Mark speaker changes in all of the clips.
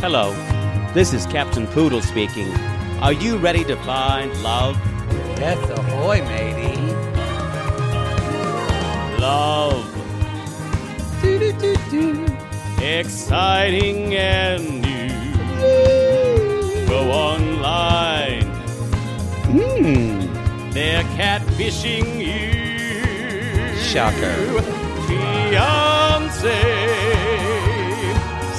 Speaker 1: Hello, this is Captain Poodle speaking. Are you ready to find love?
Speaker 2: Yes, ahoy, matey.
Speaker 1: Love. Exciting and new. Go online. Hmm. They're catfishing you.
Speaker 2: Shocker.
Speaker 1: Fiance.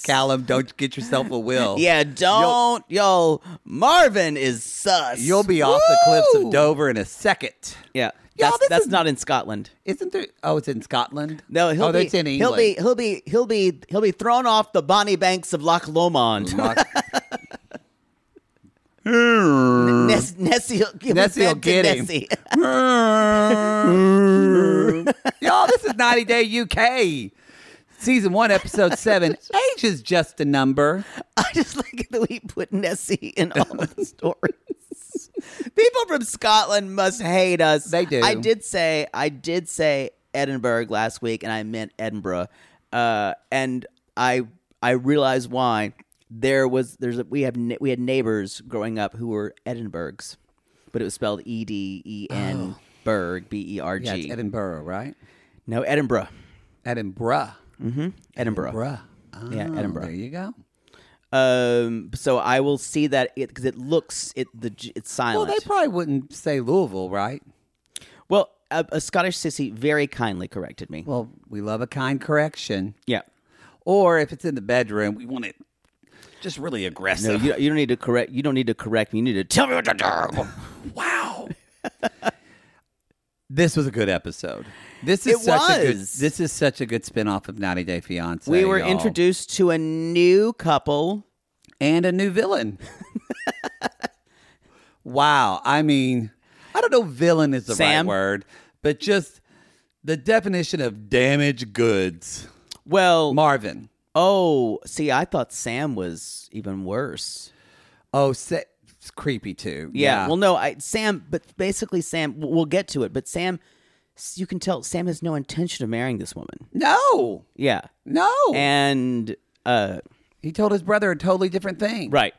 Speaker 2: Callum, don't get yourself a will.
Speaker 3: Yeah, don't, yo. Marvin is sus.
Speaker 2: You'll be off the cliffs
Speaker 3: Woo!
Speaker 2: of Dover in a second.
Speaker 3: Yeah,
Speaker 2: Y'all,
Speaker 3: that's
Speaker 2: this
Speaker 3: that's
Speaker 2: is-
Speaker 3: not in Scotland.
Speaker 2: Isn't there? Oh, it's in Scotland?
Speaker 3: No, he'll
Speaker 2: oh,
Speaker 3: be
Speaker 2: that's in
Speaker 3: he'll be
Speaker 2: England.
Speaker 3: he'll be he'll be he'll be thrown off the bonny banks of Loch Lomond. Ness, Nessie,
Speaker 2: Mm. Nessie will get him.
Speaker 3: Nessie.
Speaker 2: Y'all, this is 90 Day UK. Season one, episode seven. Age is just a number.
Speaker 3: I just like that we put Nessie in all the stories. People from Scotland must hate us.
Speaker 2: They do.
Speaker 3: I did say I did say Edinburgh last week, and I meant Edinburgh. Uh, and I I realized why there was there's a, we have ne- we had neighbors growing up who were Edinburghs, but it was spelled E D E N Berg B E R
Speaker 2: Oh. Yeah, it's
Speaker 3: G.
Speaker 2: Edinburgh, right?
Speaker 3: No, Edinburgh,
Speaker 2: Edinburgh.
Speaker 3: Edinburgh.
Speaker 2: Bruh.
Speaker 3: Yeah,
Speaker 2: Oh,
Speaker 3: Edinburgh.
Speaker 2: There you go.
Speaker 3: Um, so I will see that it because it looks it the G- it's
Speaker 2: Well,
Speaker 3: silent.
Speaker 2: they probably wouldn't say Louisville, right?
Speaker 3: Well, a, a Scottish sissy very kindly corrected me.
Speaker 2: Well, we love a kind correction.
Speaker 3: yeah.
Speaker 2: Or if it's in the bedroom, we want it just really
Speaker 3: No,
Speaker 2: aggressive.
Speaker 3: you, you don't need to correct. You don't need to correct me. You need to tell me what to do.
Speaker 2: Wow. this was a good episode. This is
Speaker 3: It
Speaker 2: such a good
Speaker 3: was.
Speaker 2: this is such a good spin-off of 90 Day Fiance.
Speaker 3: we were
Speaker 2: y'all.
Speaker 3: introduced to a new couple.
Speaker 2: and a new villain. wow. I mean, I don't know if villain is the
Speaker 3: Sam?
Speaker 2: right word, but just the definition of damaged goods.
Speaker 3: Well,
Speaker 2: Marvin.
Speaker 3: oh, see, I thought Sam was even worse.
Speaker 2: Oh, sa- it's creepy too.
Speaker 3: Yeah. Well, no, I Sam, but basically Sam. w- We'll get to it, but Sam, s- you can tell Sam has no intention of marrying this woman.
Speaker 2: no.
Speaker 3: Yeah.
Speaker 2: No.
Speaker 3: And uh,
Speaker 2: he told his brother a totally different thing.
Speaker 3: right.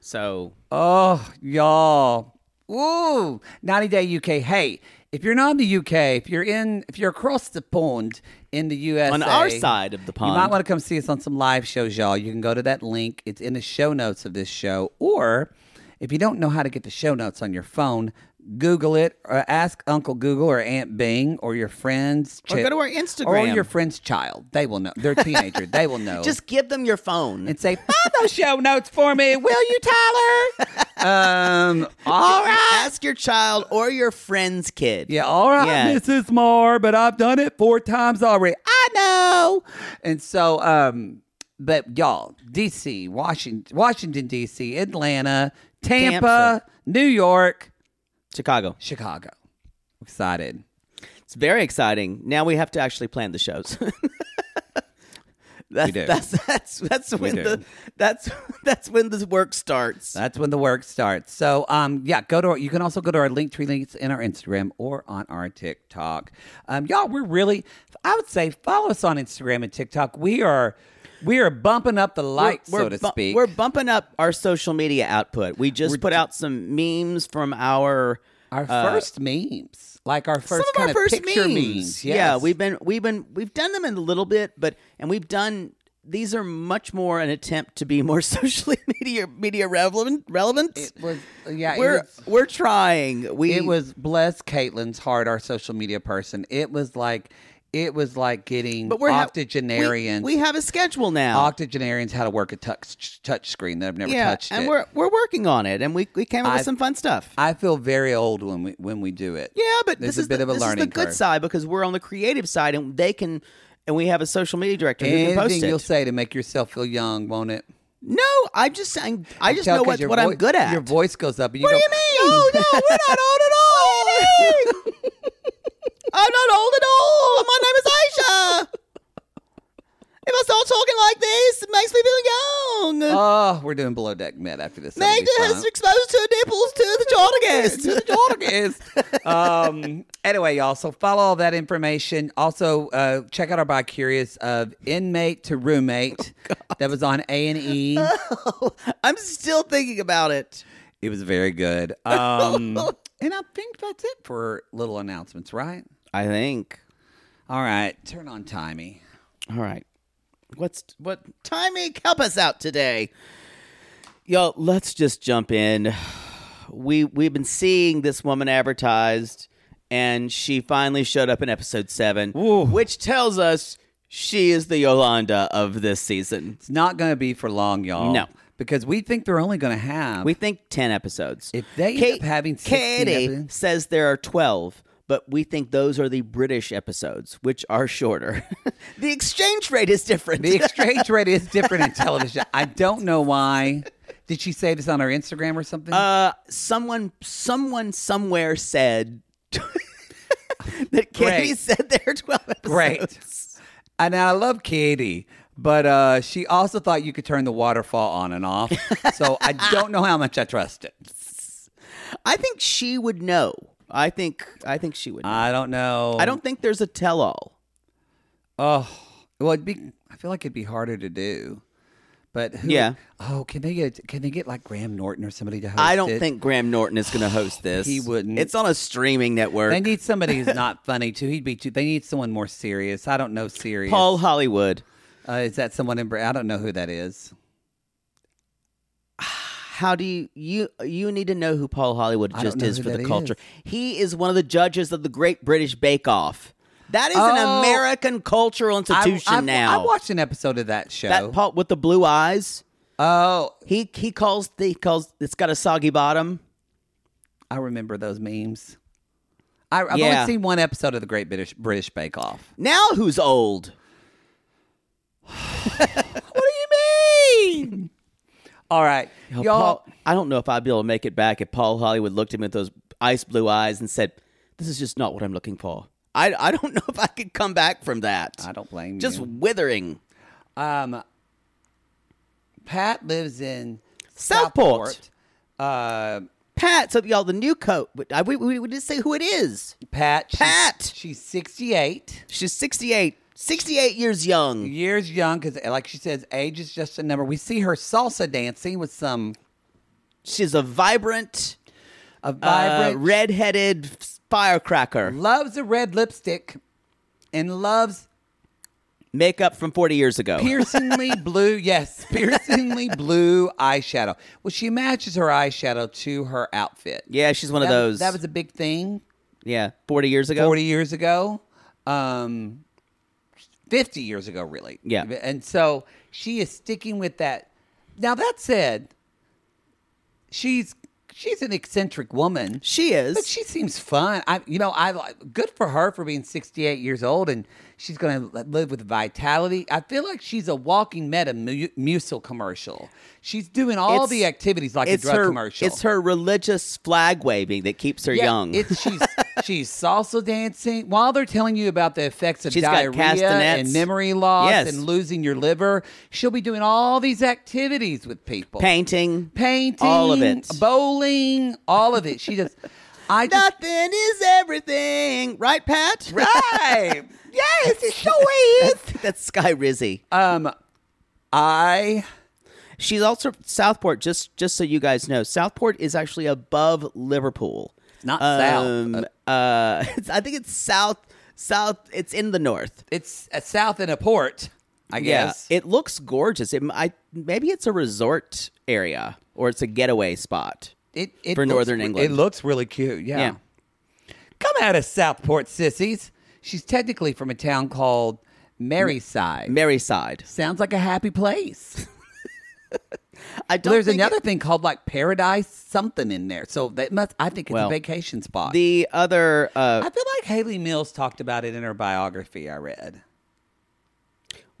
Speaker 3: So
Speaker 2: Oh, y'all. Ooh, 90 Day UK. Hey, if you're not in the UK, if you're in, if you're across the pond in the U.S.
Speaker 3: On our side of the pond.
Speaker 2: You might want to come see us on some live shows, y'all. You can go to that link. It's in the show notes of this show. Or if you don't know how to get the show notes on your phone, Google it or ask Uncle Google or Aunt Bing or your friends.
Speaker 3: Or
Speaker 2: chi-
Speaker 3: go to our
Speaker 2: Or
Speaker 3: Instagram.
Speaker 2: your friend's child. They will know. They're a teenager. they will know
Speaker 3: Just give them your phone.
Speaker 2: and say, find those show notes for me, will you, Tyler? um, all right.
Speaker 3: Ask your child or your friend's kid.
Speaker 2: Yeah, all right,
Speaker 3: Yeah.
Speaker 2: Mrs. Moore, but I've done it four times already. I know. And so, um, but y'all, DC, Washington, Washington, DC, Atlanta, Tampa,
Speaker 3: Tampa.
Speaker 2: New York,
Speaker 3: Chicago.
Speaker 2: Chicago. Excited.
Speaker 3: It's very exciting. Now we have to actually plan the shows. that's,
Speaker 2: We do.
Speaker 3: that's that's that's when
Speaker 2: do.
Speaker 3: the that's that's when the work starts.
Speaker 2: That's when the work starts. So, um, yeah, go to our, you can also go to our Linktree links in our Instagram or on our TikTok. Um, y'all, we're really, I would say, follow us on Instagram and TikTok. We are, we are bumping up the lights, so to
Speaker 3: bu-
Speaker 2: speak.
Speaker 3: We're bumping up our social media output. We just put out some memes from our
Speaker 2: our
Speaker 3: uh,
Speaker 2: first memes, like our first
Speaker 3: some
Speaker 2: kind
Speaker 3: of our first
Speaker 2: picture memes.
Speaker 3: Yeah,
Speaker 2: Yes.
Speaker 3: we've been we've been we've done them in a little bit, but and we've done these are much more an attempt to be more socially media media relevant relevant.
Speaker 2: It was, yeah, it
Speaker 3: we're
Speaker 2: was-
Speaker 3: we're trying. We
Speaker 2: It was bless Caitlin's heart, our social media person. It was like, it was like getting
Speaker 3: but we're ha-
Speaker 2: octogenarians.
Speaker 3: we, we have a schedule now.
Speaker 2: octogenarians how to work a touch touch screen that have never
Speaker 3: yeah,
Speaker 2: touched
Speaker 3: and
Speaker 2: it.
Speaker 3: we're we're working on it, and we we came up
Speaker 2: I've-
Speaker 3: with some fun stuff.
Speaker 2: I feel very old when we when we do it.
Speaker 3: yeah, but
Speaker 2: There's
Speaker 3: this is
Speaker 2: a bit
Speaker 3: the,
Speaker 2: of a
Speaker 3: this
Speaker 2: learning
Speaker 3: is the good
Speaker 2: curve.
Speaker 3: side because we're on the creative side, and they can. And we have a social media director who can post
Speaker 2: Anything
Speaker 3: it.
Speaker 2: you'll say to make yourself feel young, won't it?
Speaker 3: no, I'm just saying. I just
Speaker 2: Tell
Speaker 3: know
Speaker 2: 'cause
Speaker 3: what,
Speaker 2: your
Speaker 3: what
Speaker 2: voi-
Speaker 3: I'm good at.
Speaker 2: Your voice goes up. And you
Speaker 3: What
Speaker 2: go,
Speaker 3: do you mean?
Speaker 2: No, no, we're not old at all.
Speaker 3: I'm not old at all. My name is Aisha. If I start talking like this, it makes me feel young.
Speaker 2: oh, we're doing below deck med after this. That'll be
Speaker 3: Magda has
Speaker 2: fun.
Speaker 3: exposed her nipples to the
Speaker 2: To the
Speaker 3: Jordagas.
Speaker 2: Jordagas. um, anyway, y'all. So follow all that information. Also, uh, check out our By Curious of inmate to roommate
Speaker 3: Oh,
Speaker 2: that was on A and E.
Speaker 3: I'm still thinking about it.
Speaker 2: It was very good. Um, and I think that's it for little announcements, right?
Speaker 3: I think.
Speaker 2: All right, turn on Timey.
Speaker 3: All right. What's what? Timing, help us out today. Yo, let's just jump in. We we've been seeing this woman advertised, and she finally showed up in episode seven, which tells us she is the Yolanda of this season.
Speaker 2: It's not going to be for long, y'all.
Speaker 3: No.
Speaker 2: because we think they're only going to have.
Speaker 3: We think ten episodes.
Speaker 2: If they end up having 16
Speaker 3: Katie
Speaker 2: episodes-
Speaker 3: says there are twelve, but we think those are the British episodes, which are shorter. the exchange rate is different.
Speaker 2: the exchange rate is different in television. I don't know why. Did she say this on her Instagram or something?
Speaker 3: Uh, someone, someone, somewhere said that Katie
Speaker 2: Great.
Speaker 3: said there are twelve episodes.
Speaker 2: Great. And I love Katie, but uh, she also thought you could turn the waterfall on and off. so I don't know how much I trust it.
Speaker 3: I think she would know. I think. I think she would. Know.
Speaker 2: I don't know.
Speaker 3: I don't think there's a tell-all.
Speaker 2: Oh, well, it'd be. I feel like it'd be harder to do. But who,
Speaker 3: Yeah.
Speaker 2: Oh, can they get? Can they get like Graham Norton or somebody to host?
Speaker 3: I don't
Speaker 2: it?
Speaker 3: think Graham Norton is going to host this.
Speaker 2: He wouldn't.
Speaker 3: It's on a streaming network.
Speaker 2: They need somebody who's not funny too. He'd be too. They need someone more serious. I don't know serious.
Speaker 3: Paul Hollywood.
Speaker 2: uh, is that someone in? Bra- I don't know who that is.
Speaker 3: How do you you you need to know who Paul Hollywood
Speaker 2: I don't
Speaker 3: just
Speaker 2: know
Speaker 3: is
Speaker 2: who
Speaker 3: for
Speaker 2: that
Speaker 3: the
Speaker 2: is.
Speaker 3: culture? He is one of the judges of the Great British Bake Off. That is
Speaker 2: Oh.
Speaker 3: an American cultural institution
Speaker 2: I, I've-
Speaker 3: now.
Speaker 2: I watched an episode of that show.
Speaker 3: That Paul with the blue eyes.
Speaker 2: oh,
Speaker 3: He he calls the he calls it's got a soggy bottom.
Speaker 2: I remember those memes. I, I've
Speaker 3: Yeah.
Speaker 2: only seen one episode of the Great British British Bake Off.
Speaker 3: Now who's old?
Speaker 2: What do you mean? All right,
Speaker 3: Now,
Speaker 2: y'all.
Speaker 3: Paul- I don't know if I'd be able to make it back if Paul Hollywood looked at me with those ice blue eyes and said, "This is just not what I'm looking for." I I don't know if I could come back from that.
Speaker 2: I don't blame
Speaker 3: Just
Speaker 2: you.
Speaker 3: withering.
Speaker 2: Um, Pat lives in
Speaker 3: Southport.
Speaker 2: Southport. Uh,
Speaker 3: Pat, so y'all the new coat. but I- We, we, we didn't say who it is.
Speaker 2: Pat. she's-
Speaker 3: Pat!
Speaker 2: She's 68
Speaker 3: She's 68. 68 years young.
Speaker 2: years young because, like she says, age is just a number. We see her salsa dancing with some
Speaker 3: She's a vibrant,
Speaker 2: a
Speaker 3: vibrant,
Speaker 2: vibrant,
Speaker 3: uh, redheaded firecracker.
Speaker 2: loves a red lipstick, and loves
Speaker 3: Makeup from 40 years ago.
Speaker 2: Oh. Piercingly blue, yes, piercingly blue eyeshadow. Well, she matches her eyeshadow to her outfit.
Speaker 3: yeah, she's one of
Speaker 2: That-
Speaker 3: those.
Speaker 2: That was a big thing
Speaker 3: yeah, 40 years ago.
Speaker 2: 40 years ago, um, 50 years ago, really.
Speaker 3: Yeah.
Speaker 2: And so she is sticking with that. Now, that said, she's she's an eccentric woman.
Speaker 3: She is.
Speaker 2: But she seems fun. I, you know, I like- good for her for being 68 years old, and she's going to live with vitality. I feel like she's a walking meta mu- mucil commercial. She's doing all
Speaker 3: It's-
Speaker 2: the activities like
Speaker 3: it's
Speaker 2: a drug
Speaker 3: her,
Speaker 2: commercial.
Speaker 3: It's her religious flag waving that keeps her
Speaker 2: Yeah,
Speaker 3: young.
Speaker 2: It's she's she's salsa dancing while they're telling you about the effects of
Speaker 3: She's got
Speaker 2: diarrhea and
Speaker 3: castanets.
Speaker 2: memory loss
Speaker 3: Yes.
Speaker 2: and losing your liver. She'll be doing all these activities with people.
Speaker 3: Painting.
Speaker 2: painting,
Speaker 3: All of it.
Speaker 2: bowling, all of it. She just, I just.
Speaker 3: Nothing is everything. Right, Pat?
Speaker 2: Right. yes, it's so easy.
Speaker 3: that's, that's Sky Rizzy.
Speaker 2: Um, I
Speaker 3: She's also Southport. Just just so you guys know, Southport is actually above Liverpool.
Speaker 2: not
Speaker 3: Um, uh, it's, I think it's south south. It's in the north.
Speaker 2: it's a south in a port, I guess.
Speaker 3: it looks gorgeous. It, m- I maybe it's a resort area or it's a getaway spot.
Speaker 2: It, it
Speaker 3: for
Speaker 2: looks-
Speaker 3: Northern England.
Speaker 2: It looks really cute. Yeah.
Speaker 3: Yeah.
Speaker 2: Come out of Southport, sissies. She's technically from a town called Maryside.
Speaker 3: Maryside.
Speaker 2: Sounds like a happy place.
Speaker 3: I don't.
Speaker 2: There's
Speaker 3: think
Speaker 2: another
Speaker 3: it-
Speaker 2: thing called like Paradise something in there. So that must. I think it's
Speaker 3: Well,
Speaker 2: a vacation spot.
Speaker 3: the other. Uh,
Speaker 2: I feel like Haley Mills talked about it in her biography I read.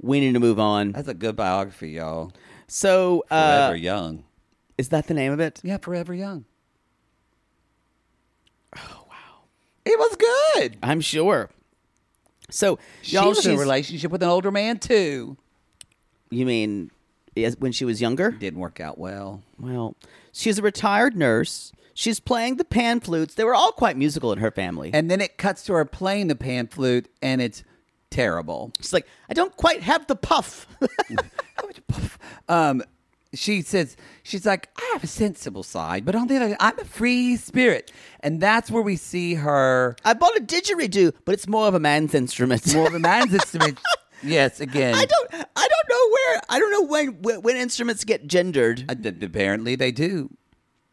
Speaker 3: we need to move on.
Speaker 2: That's a good biography, y'all.
Speaker 3: So uh,
Speaker 2: Forever young.
Speaker 3: is that the name of it?
Speaker 2: Yeah, forever young. Oh wow, it was good.
Speaker 3: I'm sure. So
Speaker 2: She
Speaker 3: y'all,
Speaker 2: was in a
Speaker 3: she's-
Speaker 2: relationship with an older man too.
Speaker 3: You mean yes, when she was younger?
Speaker 2: Didn't work out well.
Speaker 3: Well, she's a retired nurse. She's playing the pan flutes. They were all quite musical in her family. And
Speaker 2: And then it cuts to her playing the pan flute, and it's terrible.
Speaker 3: she's like, I don't quite have the puff.
Speaker 2: Um, she says, she's like, I have a sensible side, but on the other hand, I'm a free spirit. And that's where we see her
Speaker 3: I bought a didgeridoo, but it's more of a man's instrument.
Speaker 2: more of a man's instrument. Yes, again.
Speaker 3: I don't. I don't know where. I don't know when when, when instruments get gendered.
Speaker 2: Uh, d- Apparently they do.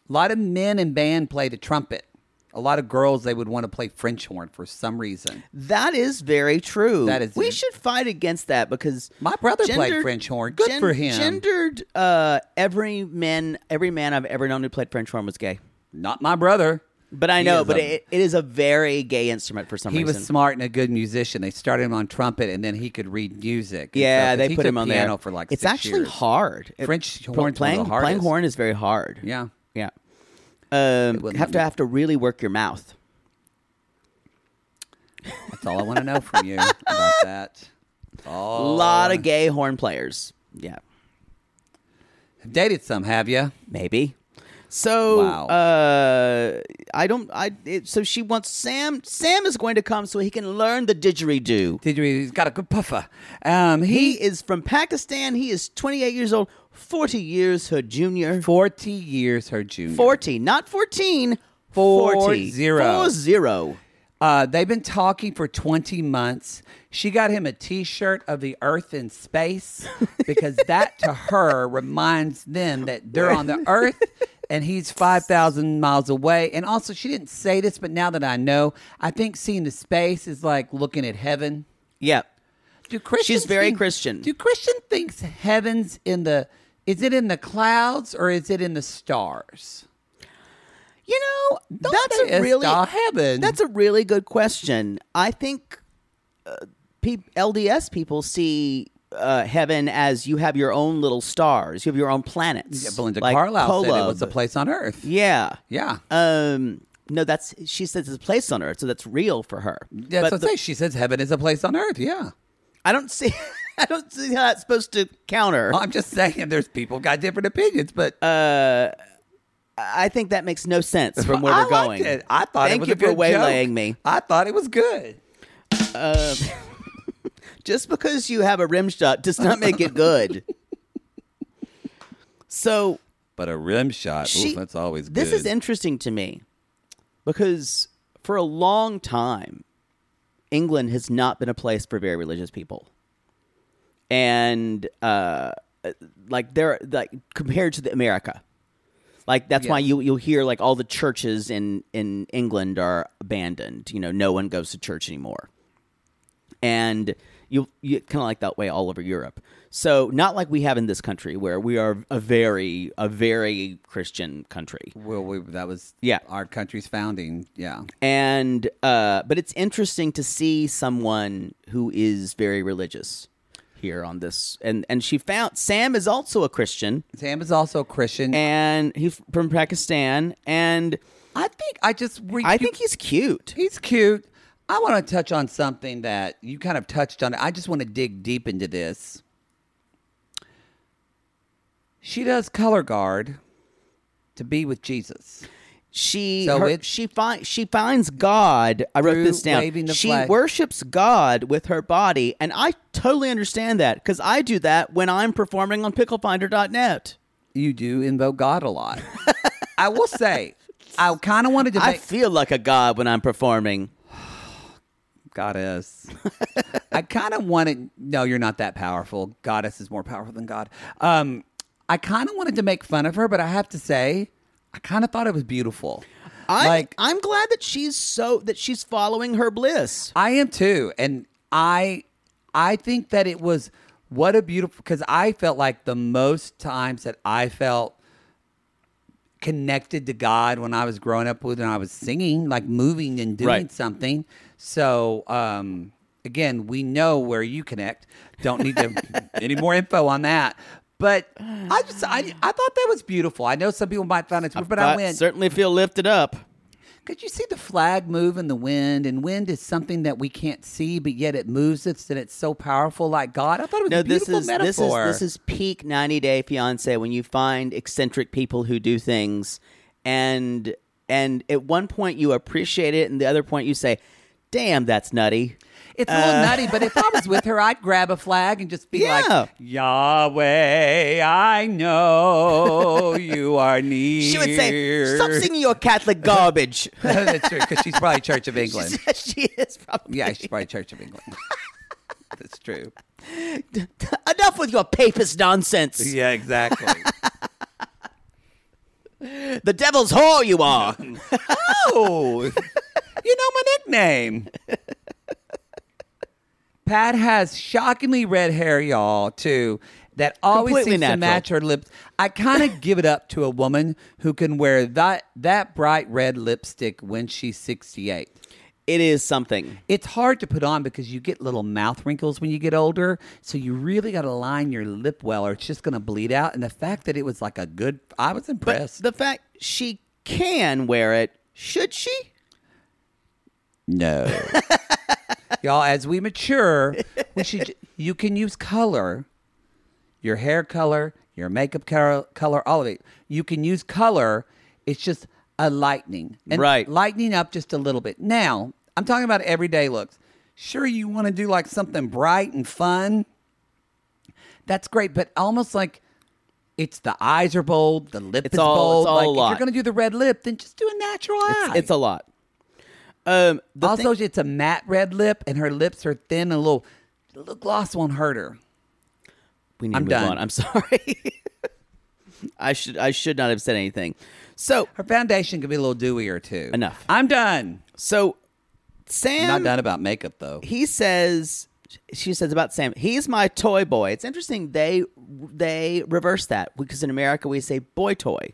Speaker 2: A lot of men in band play the trumpet. A lot of girls, they would want to play French horn for some reason.
Speaker 3: That is very true.
Speaker 2: That is-
Speaker 3: We should fight against that because
Speaker 2: My brother played French horn. Good for him.
Speaker 3: Gendered. Uh, every man, every man I've ever known who played French horn was gay.
Speaker 2: Not my brother.
Speaker 3: But I
Speaker 2: He
Speaker 3: know.
Speaker 2: is
Speaker 3: But
Speaker 2: a-
Speaker 3: it, it is a very gay instrument for some
Speaker 2: He
Speaker 3: reason.
Speaker 2: was smart and a good musician. They started him on trumpet, and then he could read music. and
Speaker 3: Yeah,
Speaker 2: stuff, 'cause
Speaker 3: they
Speaker 2: he
Speaker 3: put
Speaker 2: took
Speaker 3: him on
Speaker 2: piano
Speaker 3: there.
Speaker 2: for like
Speaker 3: it's
Speaker 2: six
Speaker 3: actually
Speaker 2: years.
Speaker 3: hard. It-
Speaker 2: French
Speaker 3: pl-
Speaker 2: horn's one
Speaker 3: playing
Speaker 2: of the
Speaker 3: playing
Speaker 2: hardest.
Speaker 3: horn is very hard.
Speaker 2: Yeah.
Speaker 3: yeah. Um,
Speaker 2: wouldn't
Speaker 3: have
Speaker 2: let
Speaker 3: to
Speaker 2: me-
Speaker 3: have to really work your mouth.
Speaker 2: That's all I want to know from you about that.
Speaker 3: A
Speaker 2: Oh,
Speaker 3: lot of gay horn players. Yeah,
Speaker 2: dated some, have you?
Speaker 3: maybe. So
Speaker 2: Wow.
Speaker 3: uh, I don't. I it, so she wants Sam. Sam is going to come so he can learn the didgeridoo.
Speaker 2: Did you? He's got a good puffer. Um,
Speaker 3: He
Speaker 2: he
Speaker 3: is from Pakistan. He is 28 years old, 40 years her junior.
Speaker 2: forty years her junior.
Speaker 3: 40, not 14.
Speaker 2: Four
Speaker 3: 40.
Speaker 2: zero.
Speaker 3: Four zero.
Speaker 2: Uh, they've been talking for 20 months. She got him a t shirt of the earth in space because that to her reminds them that they're on the earth and he's 5,000 miles away. And also, she didn't say this, but now that I know, I think seeing the space is like looking at heaven.
Speaker 3: Yeah.
Speaker 2: Do Christians
Speaker 3: She's very Christian.
Speaker 2: Do Christian thinks heaven's in the is it in the clouds or is it in the stars?
Speaker 3: You know,
Speaker 2: Don't
Speaker 3: that's
Speaker 2: they
Speaker 3: a really
Speaker 2: star heaven?
Speaker 3: That's a really good question. I think uh, pe- LDS people see uh, heaven as you have your own little stars, you have your own planets.
Speaker 2: Yeah, Belinda
Speaker 3: like
Speaker 2: Carlisle said it was
Speaker 3: Kolob.
Speaker 2: a place on earth.
Speaker 3: Yeah,
Speaker 2: Yeah.
Speaker 3: Um, no, that's she says it's a place on earth, so that's real for her.
Speaker 2: That's
Speaker 3: But
Speaker 2: what
Speaker 3: the-
Speaker 2: I say. She says heaven is a place on earth. Yeah.
Speaker 3: I don't see. I don't see how that's supposed to counter.
Speaker 2: Well, I'm just saying there's people got different opinions, but
Speaker 3: I think that makes no sense from where
Speaker 2: I
Speaker 3: we're going.
Speaker 2: liked it. I thought
Speaker 3: Thank
Speaker 2: it was
Speaker 3: you
Speaker 2: a good
Speaker 3: for waylaying
Speaker 2: joke.
Speaker 3: me.
Speaker 2: I thought it was good.
Speaker 3: Just because you have a rim shot does not make it good. so
Speaker 2: But a rim shot,
Speaker 3: she, This is interesting to me because for a long time, England has not been a place for very religious people. and uh, like they're like compared to the America. Like that's why you you'll hear like all the churches in in England are abandoned. You know, no one goes to church anymore, and you you kind of like that way all over Europe. So not like we have in this country where we are a very a very Christian country.
Speaker 2: Well, we, that was
Speaker 3: Yeah.
Speaker 2: our country's founding. Yeah.
Speaker 3: and uh, but it's interesting to see someone who is very religious here on this and and she found sam is also a christian
Speaker 2: Sam is also a Christian.
Speaker 3: and he's from pakistan and
Speaker 2: I think I just re-
Speaker 3: i think he's cute
Speaker 2: He's cute. I want to touch on something that you kind of touched on. I just want to dig deep into this. She does color guard to be with Jesus.
Speaker 3: she
Speaker 2: So
Speaker 3: her-
Speaker 2: it-
Speaker 3: she finds she finds god i wrote
Speaker 2: Through
Speaker 3: this down
Speaker 2: waving the
Speaker 3: she
Speaker 2: flag.
Speaker 3: worships god with her body and i totally understand that because i do that when i'm performing on picklefinder.net
Speaker 2: You do invoke God a lot. I will say, I kind of wanted to
Speaker 3: i
Speaker 2: make
Speaker 3: feel like a god when i'm performing
Speaker 2: goddess. I kind of wanted. No, you're not that powerful. Goddess is more powerful than God. Um, I kind of wanted to make fun of her, but I have to say, I kind of thought it was beautiful.
Speaker 3: I, I'm glad that she's so that she's following her bliss.
Speaker 2: I am too, and I I think that it was what a beautiful because I felt like the most times that I felt connected to God when I was growing up with and I was singing, like moving and doing
Speaker 3: Right.
Speaker 2: something. So um, again, we know where you connect. Don't need to any more info on that. But I just I, I thought that was beautiful. I know some people might find it weird, but I went.
Speaker 3: certainly feel lifted up.
Speaker 2: Could you see the flag move in the wind? And wind is something that we can't see, but yet it moves us, and it's so powerful, like God. I thought it was
Speaker 3: No,
Speaker 2: a
Speaker 3: this
Speaker 2: beautiful
Speaker 3: is this is
Speaker 2: metaphor.
Speaker 3: this is peak 90 Day Fiance when you find eccentric people who do things, and and at one point you appreciate it, and the other point you say, "Damn, that's nutty."
Speaker 2: it's a little nutty, but if I was with her, I'd grab a flag and just be
Speaker 3: uh, Yeah.
Speaker 2: like, "Yahweh, I know you are near."
Speaker 3: She would say, "Stop singing your Catholic garbage."
Speaker 2: That's true, because she's probably Church of England.
Speaker 3: she is probably
Speaker 2: yeah, she's probably Church of England. That's true.
Speaker 3: enough with your papist nonsense.
Speaker 2: Yeah, exactly.
Speaker 3: The devil's whore you are.
Speaker 2: Oh, you know my nickname. Pat has shockingly red hair, y'all, too, that always
Speaker 3: Completely
Speaker 2: seems to
Speaker 3: natural.
Speaker 2: match her lips. I kind of give it up to a woman who can wear that, that bright red lipstick when she's 68.
Speaker 3: it is something.
Speaker 2: It's hard to put on because you get little mouth wrinkles when you get older. So you really got to line your lip well or it's just going to bleed out. And the fact that it was like a good, I was impressed.
Speaker 3: The fact she can wear it, should she?
Speaker 2: No. Y'all, as we mature, we should, j- you can use color, your hair color, your makeup color, color, all of it. You can use color. It's just a lightening. And
Speaker 3: Right.
Speaker 2: Lightening up just a little bit. Now, I'm talking about everyday looks. Sure, you want to do like something bright and fun. That's great, but almost like it's the eyes are bold, the lip
Speaker 3: It's
Speaker 2: is
Speaker 3: all- it's
Speaker 2: bold.
Speaker 3: all a
Speaker 2: like if
Speaker 3: lot.
Speaker 2: you're gonna do the red lip, then just do a natural eye.
Speaker 3: It's, it's a lot. Um, the
Speaker 2: also,
Speaker 3: thing-
Speaker 2: it's a matte red lip, and her lips are thin and a little. The lip gloss won't hurt her.
Speaker 3: we need
Speaker 2: I'm
Speaker 3: to move
Speaker 2: done.
Speaker 3: on. I'm sorry. I should I should not have said anything. So
Speaker 2: Her foundation can be a little dewier too.
Speaker 3: Enough.
Speaker 2: I'm done.
Speaker 3: so
Speaker 2: I'm
Speaker 3: Sam
Speaker 2: not done about makeup though.
Speaker 3: he says she says about Sam, he's my toy boy. It's interesting they they reverse that because in America we say boy toy.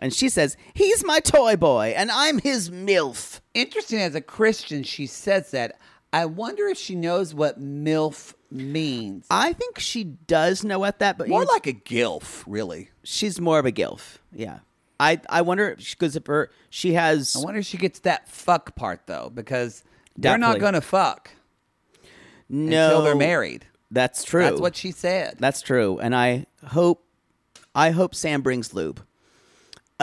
Speaker 3: And she says, "He's my toy boy and I'm his milf."
Speaker 2: Interesting, as a Christian, she says that. I wonder if she knows what milf means.
Speaker 3: I think she does know what that but
Speaker 2: Uh, More
Speaker 3: you-
Speaker 2: like a gilf, really.
Speaker 3: she's more of a gilf. Yeah. I I wonder because if her she has
Speaker 2: I wonder if she gets that fuck part though, because they're
Speaker 3: Definitely.
Speaker 2: not gonna fuck
Speaker 3: no
Speaker 2: until they're married.
Speaker 3: That's true.
Speaker 2: That's what she said.
Speaker 3: That's true. And I hope I hope Sam brings lube.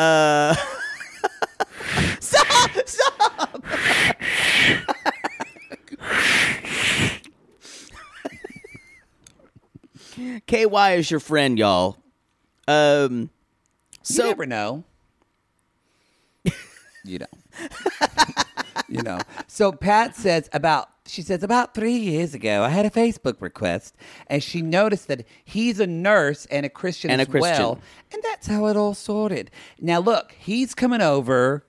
Speaker 3: Uh Stop! Stop! KY is your friend, y'all. Um
Speaker 2: You
Speaker 3: so
Speaker 2: never know. you know. you know. So Pat says about She says, about three years ago, I had a Facebook request, and she noticed that he's a nurse and a Christian
Speaker 3: And a
Speaker 2: as well.
Speaker 3: Christian.
Speaker 2: And that's how it all sorted. Now, look, he's coming over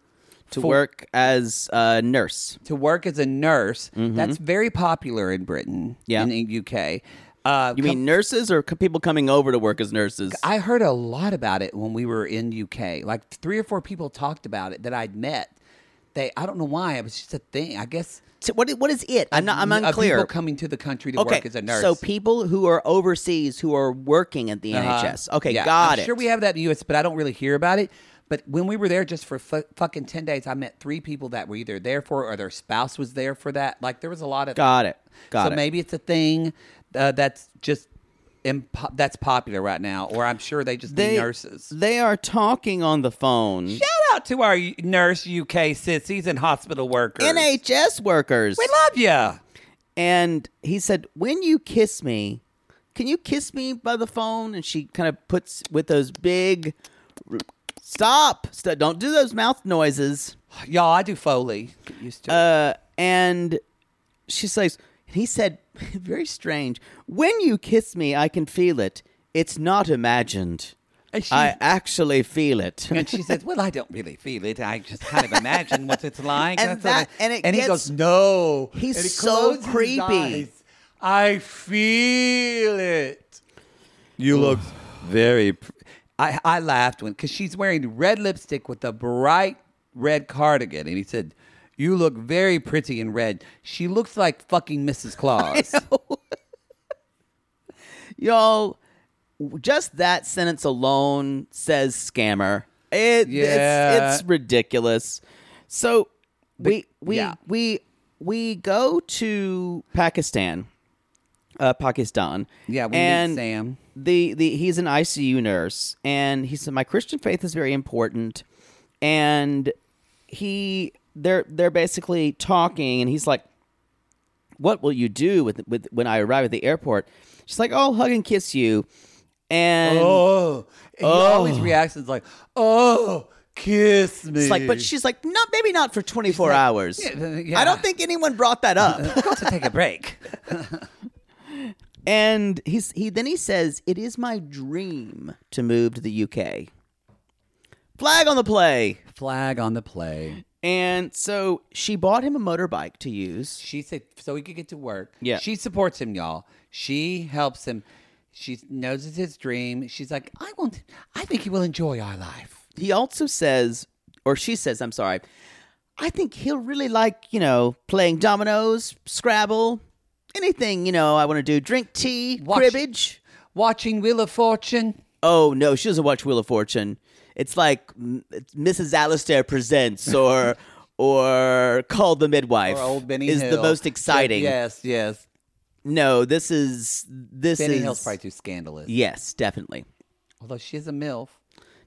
Speaker 3: to
Speaker 2: for-
Speaker 3: work as a nurse.
Speaker 2: to work as a nurse. That's very popular in Britain,
Speaker 3: Mm-hmm. Yeah.
Speaker 2: in the UK. Uh,
Speaker 3: You mean nurses or co- people coming over to work as nurses?
Speaker 2: I heard a lot about it when we were in UK. Like three or four people talked about it that I'd met. They, I don't know why. It was just a thing. I guess
Speaker 3: T- what i- what is it? I'm not. I'm
Speaker 2: of
Speaker 3: unclear.
Speaker 2: People coming to the country to work as a nurse. Uh-huh.
Speaker 3: So people who are overseas who are working at the NHS. Okay,
Speaker 2: Yeah,
Speaker 3: got
Speaker 2: I'm
Speaker 3: it.
Speaker 2: Sure, we have that in the US, but I don't really hear about it. But when we were there just for fu- fucking ten days, I met three people that were either there for or their spouse was there for that. Like there was a lot of
Speaker 3: got it. Got
Speaker 2: so
Speaker 3: it.
Speaker 2: maybe it's a thing uh, that's just impo- that's popular right now, or I'm sure they just need nurses.
Speaker 3: They are talking on the phone.
Speaker 2: Shout out to our nurse UK sissies and hospital workers.
Speaker 3: NHS workers.
Speaker 2: we love ya.
Speaker 3: and he said, "When you kiss me, can you kiss me by the phone?" And she kind of puts with those big. Stop! St- don't do those mouth noises.
Speaker 2: Y'all, I do Foley. Get used to it.
Speaker 3: Uh, and she says, he said, very strange. When you kiss me, I can feel it. It's not imagined.
Speaker 2: And she-
Speaker 3: I actually feel it.
Speaker 2: And she says, "Well, I don't really feel it. I just kind of imagine what it's like."
Speaker 3: And
Speaker 2: That's what I-
Speaker 3: that- and it
Speaker 2: and he
Speaker 3: gets-
Speaker 2: goes, "No."
Speaker 3: He's
Speaker 2: And he
Speaker 3: so
Speaker 2: closes his
Speaker 3: creepy.
Speaker 2: eyes. I feel it. You look very. Pr- I I laughed when because she's wearing red lipstick with a bright red cardigan, and he said. You look very pretty in red. She looks like fucking Mrs. Claus.
Speaker 3: Y'all, just that sentence alone says scammer. It,
Speaker 2: Yeah.
Speaker 3: it's, it's ridiculous. So we we
Speaker 2: yeah.
Speaker 3: we we go to Pakistan, uh, Pakistan.
Speaker 2: Yeah, we meet
Speaker 3: and
Speaker 2: Sam.
Speaker 3: The the he's an ICU nurse, and he said my Christian faith is very important, and he they're they're basically talking, and he's like, what will you do with with when I arrive at the airport? She's like, I'll hug and kiss you, and
Speaker 2: Oh, he always reacts is like, "Oh, kiss me."
Speaker 3: it's like, but she's like, not maybe not for twenty four hours.
Speaker 2: yeah, yeah.
Speaker 3: I don't think anyone brought that up.
Speaker 2: got to take a break.
Speaker 3: and he's he then he says, it is my dream to move to the UK. Flag on the play,
Speaker 2: Flag on the play.
Speaker 3: and so she bought him a motorbike to use.
Speaker 2: She said so he could get to work.
Speaker 3: Yeah.
Speaker 2: She supports him, y'all. She helps him. She knows it's his dream. She's like, I want I think he will enjoy our life.
Speaker 3: He also says, or she says, I'm sorry. I think he'll really like, you know, playing dominoes, Scrabble, anything, you know, I want to do. Drink tea,
Speaker 2: Watch-
Speaker 3: cribbage.
Speaker 2: Watching Wheel of Fortune.
Speaker 3: Oh, no, she doesn't watch Wheel of Fortune. It's like mm, it's Mrs. Alistair Presents or or Call the Midwife
Speaker 2: Or old Benny
Speaker 3: is the
Speaker 2: Hill.
Speaker 3: most exciting.
Speaker 2: Yes, yes.
Speaker 3: No, this is. this
Speaker 2: Benny
Speaker 3: is,
Speaker 2: Hill's probably too scandalous.
Speaker 3: Yes, definitely.
Speaker 2: Although she is a MILF.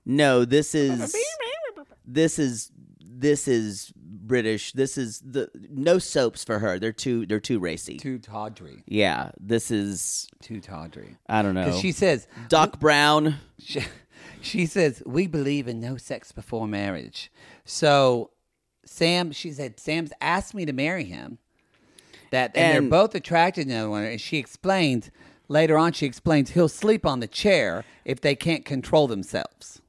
Speaker 3: No, this is this is this is British. This is the no soaps for her. They're too they're too racy.
Speaker 2: Too tawdry.
Speaker 3: yeah, this is
Speaker 2: Too tawdry.
Speaker 3: I don't know.
Speaker 2: Because she says
Speaker 3: Doc Brown.
Speaker 2: she, she says we believe in no sex before marriage so sam she said sam's asked me to marry him that and,
Speaker 3: And-
Speaker 2: they're both attracted to one another and she explains later on she explains he'll sleep on the chair if they can't control themselves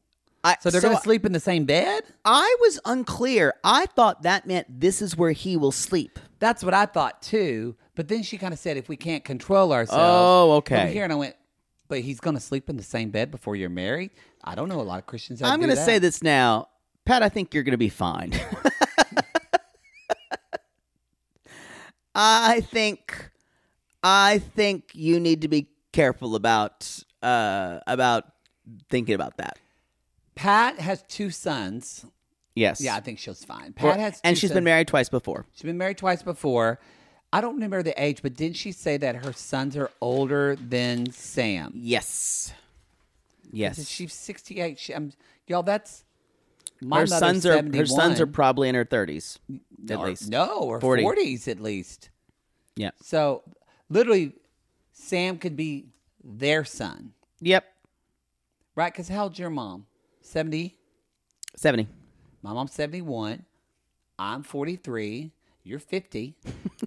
Speaker 3: I,
Speaker 2: so they're gonna sleep in the same bed
Speaker 3: I was unclear. I thought that meant this is where he will sleep.
Speaker 2: that's what i thought too but then she kind of said if we can't control ourselves
Speaker 3: Oh, okay.
Speaker 2: over here and i went but he's gonna sleep in the same bed before you're married i don't know a lot of christians that
Speaker 3: I'm
Speaker 2: do
Speaker 3: going to
Speaker 2: that.
Speaker 3: say this now, Pat. I think you're going to be fine. I think, I think you need to be careful about uh, about thinking about that.
Speaker 2: pat has two sons
Speaker 3: Yes.
Speaker 2: Yeah, I think she's fine.
Speaker 3: Or-
Speaker 2: Pat has,
Speaker 3: and
Speaker 2: she's
Speaker 3: she's been married twice before.
Speaker 2: She's been married twice before. I don't remember the age, but didn't she say that her sons are older than Sam?
Speaker 3: Yes. Yes.
Speaker 2: She's sixty-eight. She, I'm, y'all, that's my
Speaker 3: her
Speaker 2: mother's
Speaker 3: sons are her
Speaker 2: 71.
Speaker 3: sons are probably in her 30s at
Speaker 2: Or-
Speaker 3: least.
Speaker 2: no, or
Speaker 3: 40.
Speaker 2: forties at least.
Speaker 3: Yeah.
Speaker 2: So literally, Sam could be their son,
Speaker 3: Yep.
Speaker 2: right? Because how old's your mom? Seventy.
Speaker 3: 70.
Speaker 2: My mom's seventy-one. I'm forty-three. you're 50.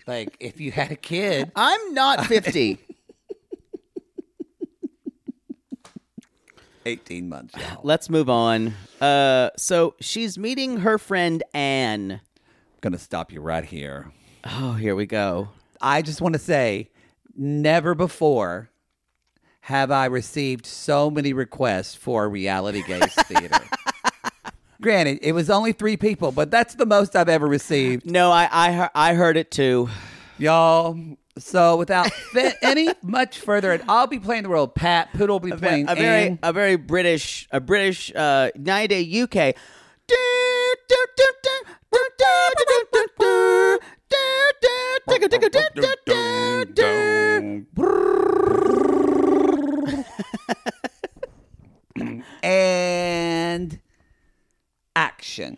Speaker 2: like, if you had a kid,
Speaker 3: I'm not 50.
Speaker 2: 18 months, y'all.
Speaker 3: Let's move on. Uh, so she's meeting her friend Anne.
Speaker 2: Gonna stop you right here.
Speaker 3: Oh, here we go.
Speaker 2: I just want to say, never before have I received so many requests for reality gaze theater. Granted, it was only three people, but that's the most I've ever received,
Speaker 3: No, I I, hear- I heard it too.
Speaker 2: y'all. So without fi- any much further, I'll be playing the role of Pat. Poodle will be playing
Speaker 3: a very
Speaker 2: Anne.
Speaker 3: a very British a British uh, nine day UK. That
Speaker 2: and action.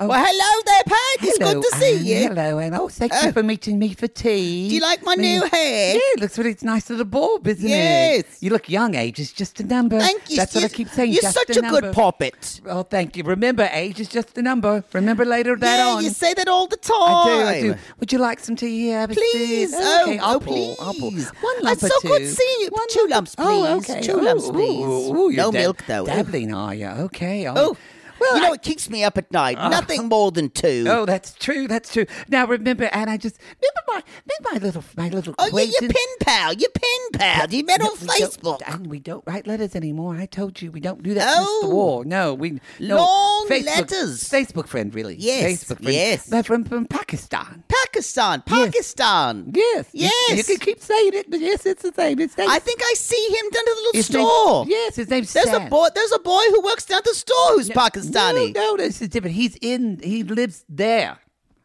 Speaker 4: Well, hello there, Pat. It's good to see
Speaker 2: Oh, Anne.
Speaker 4: you. Uh,
Speaker 2: Hello, and oh, thank you for meeting me for tea.
Speaker 4: Do you like my
Speaker 2: Me-
Speaker 4: new hair?
Speaker 2: Yeah, it looks really it's nice little bob, isn't it?
Speaker 4: Yes.
Speaker 2: You look young, age is just a number.
Speaker 4: Thank you.
Speaker 2: That's
Speaker 4: you
Speaker 2: what I keep saying.
Speaker 4: You're
Speaker 2: just
Speaker 4: such a, good
Speaker 2: number.
Speaker 4: puppet.
Speaker 2: Oh, thank you. Remember, age is just a number. Remember later that
Speaker 4: yeah,
Speaker 2: on.
Speaker 4: you say that all the time.
Speaker 2: I do, I do. Would you like some tea here? Abby?
Speaker 4: Please,
Speaker 2: Oh, okay,
Speaker 4: oh,
Speaker 2: I'll
Speaker 4: oh,
Speaker 2: pull, I'll pull.
Speaker 4: please.
Speaker 2: One lump
Speaker 4: That's
Speaker 2: or
Speaker 4: so good
Speaker 2: two.
Speaker 4: seeing you.
Speaker 2: One
Speaker 4: Two
Speaker 2: lump-
Speaker 4: lumps,
Speaker 2: Oh,
Speaker 4: please.
Speaker 2: okay.
Speaker 4: Two
Speaker 2: Ooh,
Speaker 4: lumps,
Speaker 2: ooh,
Speaker 4: please.
Speaker 2: ooh, you're
Speaker 4: No
Speaker 2: dab-
Speaker 4: milk, though. Ooh.
Speaker 2: Dabbling, are you? Okay. I'll-
Speaker 4: Oh,
Speaker 2: well,
Speaker 4: you
Speaker 2: I- Uh.
Speaker 4: know it keeps me up at night. Nothing more than two.
Speaker 2: Oh, that's true. That's true. Now remember, and I just remember my remember my little my little.
Speaker 4: Oh, yeah, your
Speaker 2: acquaintance-
Speaker 4: pen pal. Your pen pal. You met
Speaker 2: No,
Speaker 4: on
Speaker 2: we don't-
Speaker 4: Facebook.
Speaker 2: and we don't write letters anymore. I told you we don't do that. That's the
Speaker 4: Oh.
Speaker 2: war. No, we no,
Speaker 4: Long
Speaker 2: Facebook-
Speaker 4: letters.
Speaker 2: Facebook friend, really?
Speaker 4: Yes,
Speaker 2: Facebook friend.
Speaker 4: yes.
Speaker 2: They're from from Pakistan.
Speaker 4: Pakistan. Pakistan.
Speaker 2: Yes, You- You,
Speaker 4: Yes.
Speaker 2: can keep saying it, but yes, it's the same. It's
Speaker 4: I think I see him down at the little
Speaker 2: his name-
Speaker 4: store.
Speaker 2: yes, his name's
Speaker 4: There's
Speaker 2: Sam.
Speaker 4: a boy. There's a boy who works down at the store who's Pakistani.
Speaker 2: No, no, this is different. He's in. He lives there.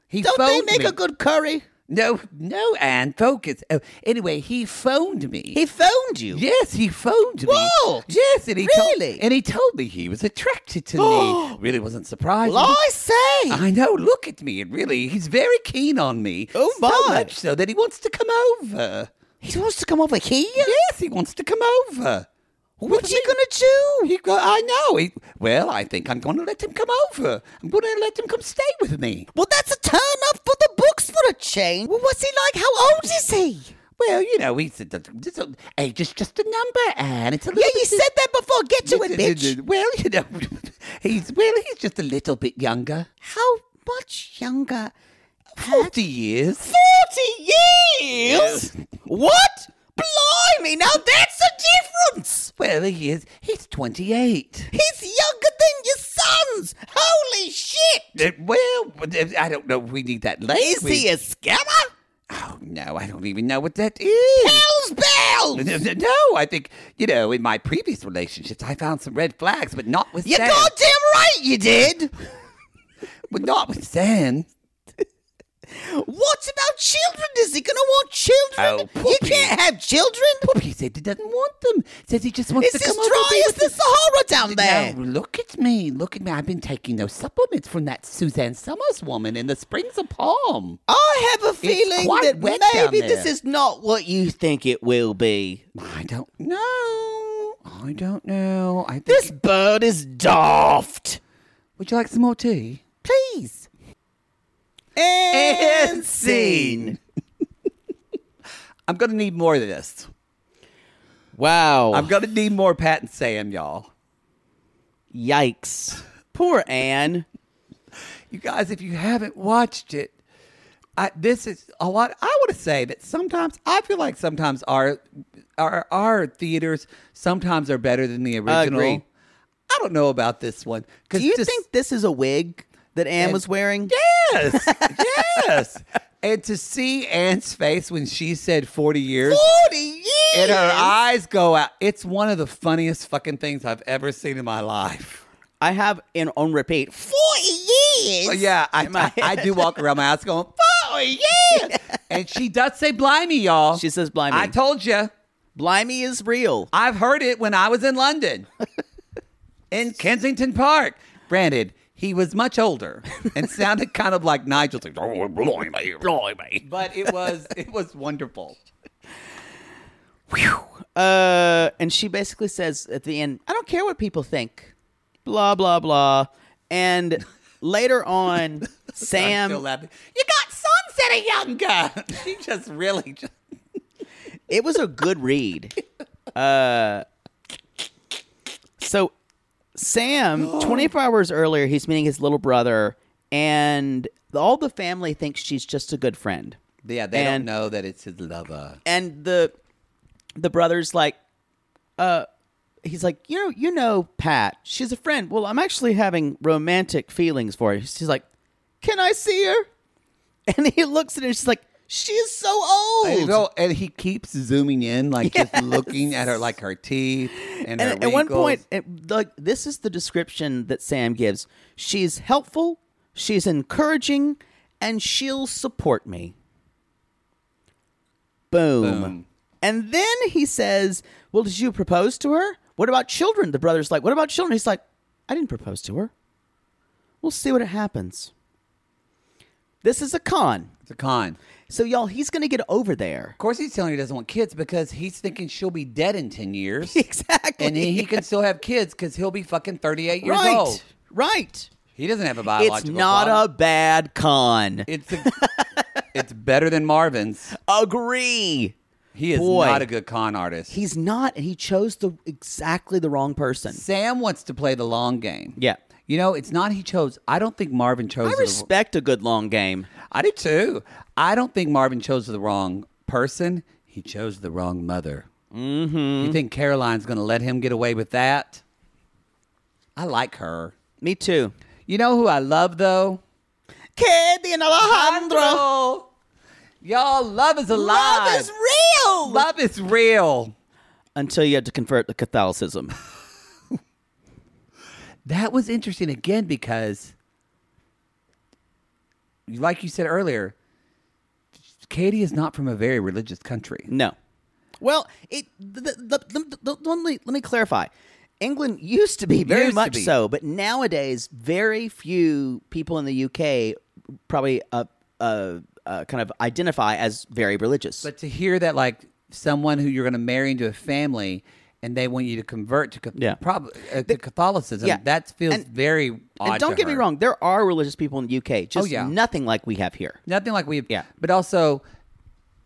Speaker 2: He
Speaker 4: Don't they
Speaker 2: phoned
Speaker 4: make
Speaker 2: me.
Speaker 4: a good curry?
Speaker 2: No, no, Anne, focus. Oh, anyway, he phoned me.
Speaker 4: He phoned you.
Speaker 2: Yes, he phoned me.
Speaker 4: Walt!
Speaker 2: Yes, and he
Speaker 4: Really?
Speaker 2: told, and he told me he was attracted to me. Really wasn't surprised.
Speaker 4: Well, I say.
Speaker 2: I know. Look at me. And really, he's very keen on me.
Speaker 4: Oh,
Speaker 2: So
Speaker 4: my.
Speaker 2: much so that he wants to come over.
Speaker 4: He wants to come over here.
Speaker 2: Yes, he wants to come over.
Speaker 4: What's he gonna
Speaker 2: do? He go, I know. He, well, I think I'm going to let him come over. I'm going to let him come stay with me.
Speaker 4: Well, that's a turn up for the books for a change. Well, what's he like? How old is he?
Speaker 2: Well, you know, he's a, it's a, age is just a number, and it's a little
Speaker 4: Yeah,
Speaker 2: bit
Speaker 4: you said that before. Get to it, bitch.
Speaker 2: Well, you know, he's well, he's just a little bit younger.
Speaker 4: How much younger?
Speaker 2: Forty years.
Speaker 4: Forty years? What? Blimey! Now that's a difference.
Speaker 2: Well, he is. He's twenty-eight.
Speaker 4: He's younger than your sons. Holy shit!
Speaker 2: Uh, Well, I don't know. if We need that
Speaker 4: Is
Speaker 2: language.
Speaker 4: he a scammer?
Speaker 2: Oh no, I don't even know what that is.
Speaker 4: Hell's bells!
Speaker 2: No, no, I think you know. In my previous relationships, I found some red flags, but not with
Speaker 4: You're
Speaker 2: Sam.
Speaker 4: goddamn right you did.
Speaker 2: But not with Sam.
Speaker 4: What about children? Is he gonna want children?
Speaker 2: Oh,
Speaker 4: you
Speaker 2: puppy.
Speaker 4: can't have children.
Speaker 2: Poppy said he doesn't want them. Says he just wants
Speaker 4: It's
Speaker 2: to
Speaker 4: as
Speaker 2: come over. and be
Speaker 4: dry as
Speaker 2: with
Speaker 4: the Sahara down there.
Speaker 2: Now, look at me. Look at me. I've been taking those supplements from that Suzanne Summers woman in the Springs of Palm.
Speaker 4: I have a feeling
Speaker 2: quite
Speaker 4: that
Speaker 2: wet down
Speaker 4: maybe this
Speaker 2: there.
Speaker 4: is not what you think it will be.
Speaker 2: I don't know. I don't know. I think.
Speaker 4: This bird is daft.
Speaker 2: Would you like some more tea?
Speaker 4: Please. And
Speaker 2: scene. I'm going to need more of this.
Speaker 4: Oh.
Speaker 3: Wow.
Speaker 2: I'm going to need more Pat and Sam, y'all.
Speaker 3: Yikes. Poor Anne.
Speaker 2: You guys, if you haven't watched it, I, this is a lot. I want to say that sometimes I feel like sometimes our our our theaters sometimes are better than the original.
Speaker 3: I agree.
Speaker 2: I don't know about this one. 'cause
Speaker 3: Do you
Speaker 2: just-
Speaker 3: think this is a wig that Anne was wearing?
Speaker 2: Yes, yes. And to see Anne's face when she said forty years.
Speaker 4: 40 years.
Speaker 2: And her eyes go out. It's one of the funniest fucking things I've ever seen in my life.
Speaker 3: I have an on repeat.
Speaker 4: 40 years.
Speaker 2: But yeah, I, I, I do walk around my house going,
Speaker 4: Forty years.
Speaker 2: and she does say blimey, y'all.
Speaker 3: She says blimey.
Speaker 2: I told you.
Speaker 3: Blimey is real.
Speaker 2: I've heard it when I was in London, in Kensington Park. Granted, he was much older and sounded kind of like Nigel, like, "Oh, blimey, blimey." but it was it was wonderful.
Speaker 3: Uh, and she basically says at the end, I don't care what people think. Blah, blah, blah. And later on,
Speaker 2: I'm still
Speaker 3: Sam.
Speaker 2: laughing. You got that a young guy? she just really just.
Speaker 3: It was a good read. Uh, so Sam, 24 hours earlier, he's meeting his little brother, and all the family thinks she's just a good friend.
Speaker 2: Yeah, they
Speaker 3: And-
Speaker 2: don't know that it's his lover.
Speaker 3: And the the brother's like, uh, he's like, you know, you know, Pat, she's a friend. Well, I'm actually having romantic feelings for her. She's like, can I see her? And he looks at her. She's like, she's so old.
Speaker 2: And, go- and he keeps zooming in, like just looking at her, like her teeth and, her
Speaker 3: and at one
Speaker 2: wrinkles.
Speaker 3: point it, like this is the description that sam gives she's helpful she's encouraging and she'll support me boom, and then he says well did you propose to her what about children the brother's like what about children he's like i didn't propose to her we'll see what happens this is a con
Speaker 2: it's a con.
Speaker 3: so y'all he's gonna get over there
Speaker 2: Of course, he's telling her he doesn't want kids because he's thinking she'll be dead in ten years,
Speaker 3: exactly
Speaker 2: and he, he can still have kids because he'll be fucking thirty-eight years
Speaker 3: right
Speaker 2: old.
Speaker 3: right
Speaker 2: He doesn't have a biological.
Speaker 3: it's not
Speaker 2: father.
Speaker 3: a bad con
Speaker 2: It's a, it's better than Marvin's.
Speaker 3: agree.
Speaker 2: He is
Speaker 3: Boy.
Speaker 2: not a good con artist.
Speaker 3: He's not, and he chose the exactly the wrong person.
Speaker 2: Sam wants to play the long game.
Speaker 3: Yeah.
Speaker 2: You know, it's not he chose. I don't think Marvin chose.
Speaker 3: I
Speaker 2: the-
Speaker 3: respect a good long game.
Speaker 2: I do too. I don't think Marvin chose the wrong person. He chose the wrong mother. Mm-hmm. You think Caroline's going to let him get away with that? I like her.
Speaker 3: Me too.
Speaker 2: You know who I love though?
Speaker 3: Kevin Alejandro.
Speaker 2: Y'all, love is alive.
Speaker 3: Love is real.
Speaker 2: Love is real.
Speaker 3: Until you had to convert to Catholicism.
Speaker 2: That was interesting again because, like you said earlier, Katie is not from a very religious country.
Speaker 3: No. Well, it. The, the, the, the, the- let, me, let me clarify. England used to be very
Speaker 2: Used to
Speaker 3: much
Speaker 2: be.
Speaker 3: so, but nowadays, very few people in the UK probably uh, uh, uh, kind of identify as very religious.
Speaker 2: But to hear that, like someone who you're going to marry into a family, and they want you to convert to, ca-
Speaker 3: Yeah.
Speaker 2: prob- uh, to Catholicism,
Speaker 3: yeah.
Speaker 2: that feels
Speaker 3: And-
Speaker 2: very odd.
Speaker 3: And don't
Speaker 2: to
Speaker 3: get me
Speaker 2: her. Oh,
Speaker 3: wrong, there are religious people in the UK, just
Speaker 2: yeah.
Speaker 3: nothing like we have here.
Speaker 2: nothing like we've.
Speaker 3: Yeah.
Speaker 2: but also,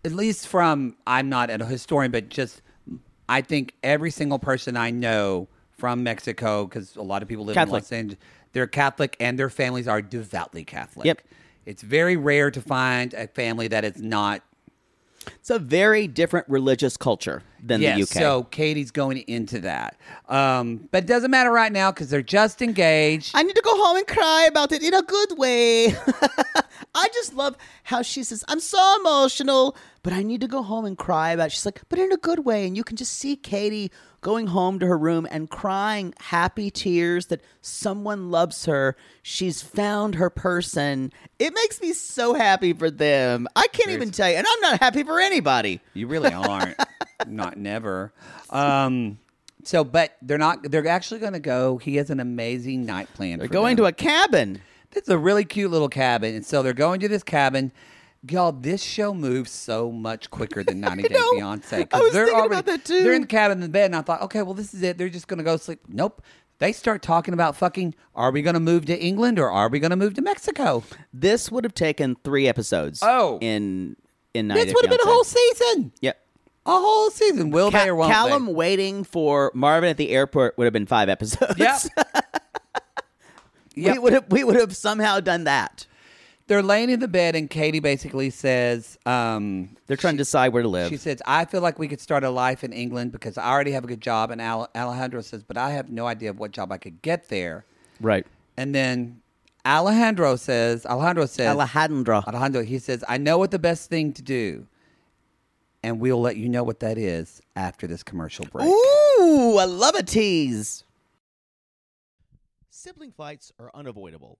Speaker 2: at least from I'm not a historian, but just I think every single person I know from Mexico, because a lot of people live
Speaker 3: Catholic.
Speaker 2: in Los Angeles, they're Catholic, and their families are devoutly Catholic.
Speaker 3: Yep.
Speaker 2: it's very rare to find a family that is not
Speaker 3: It's a very different religious culture than
Speaker 2: Yes,
Speaker 3: the UK.
Speaker 2: So Katie's going into that. Um, but it doesn't matter right now because they're just engaged.
Speaker 3: I need to go home and cry about it in a good way. I just love how she says, I'm so emotional, but I need to go home and cry about it. She's like, but in a good way. And you can just see Katie going home to her room and crying happy tears that someone loves her. She's found her person. It makes me so happy for them. I can't even tell you. And I'm not happy for anybody.
Speaker 2: you really aren't. not never. Um, so, but they're not. They're actually going to go. He has an amazing night plan.
Speaker 3: They're going to a cabin.
Speaker 2: It's a really cute little cabin, and so they're going to this cabin. Y'all, this show moves so much quicker than 90 Day
Speaker 3: know.
Speaker 2: Fiance. 'cause
Speaker 3: I was
Speaker 2: they're
Speaker 3: thinking about that, too.
Speaker 2: They're in the cabin in the bed, and I thought, okay, well, this is it. They're just going to go sleep. Nope. They start talking about fucking, are we going to move to England or are we going to move to Mexico?
Speaker 3: This would have taken three episodes.
Speaker 2: Oh.
Speaker 3: in in
Speaker 2: This would have been a whole season.
Speaker 3: Yep.
Speaker 2: A whole season. Will
Speaker 3: Ca-
Speaker 2: they or won't
Speaker 3: Callum
Speaker 2: they?
Speaker 3: waiting for Marvin at the airport would have been five episodes.
Speaker 2: Yep.
Speaker 3: we would have we would have somehow done that.
Speaker 2: They're laying in the bed, and Katie basically says, um,
Speaker 3: They're trying to decide where to live.
Speaker 2: She says, I feel like we could start a life in England because I already have a good job. And Al- Alejandro says, but I have no idea of what job I could get there.
Speaker 3: right.
Speaker 2: And then Alejandro says, Alejandro says,
Speaker 3: Alejandra.
Speaker 2: Alejandro, he says, I know what the best thing to do. And we'll let you know what that is after this commercial break.
Speaker 3: Ooh, I love a tease.
Speaker 5: Sibling fights are unavoidable,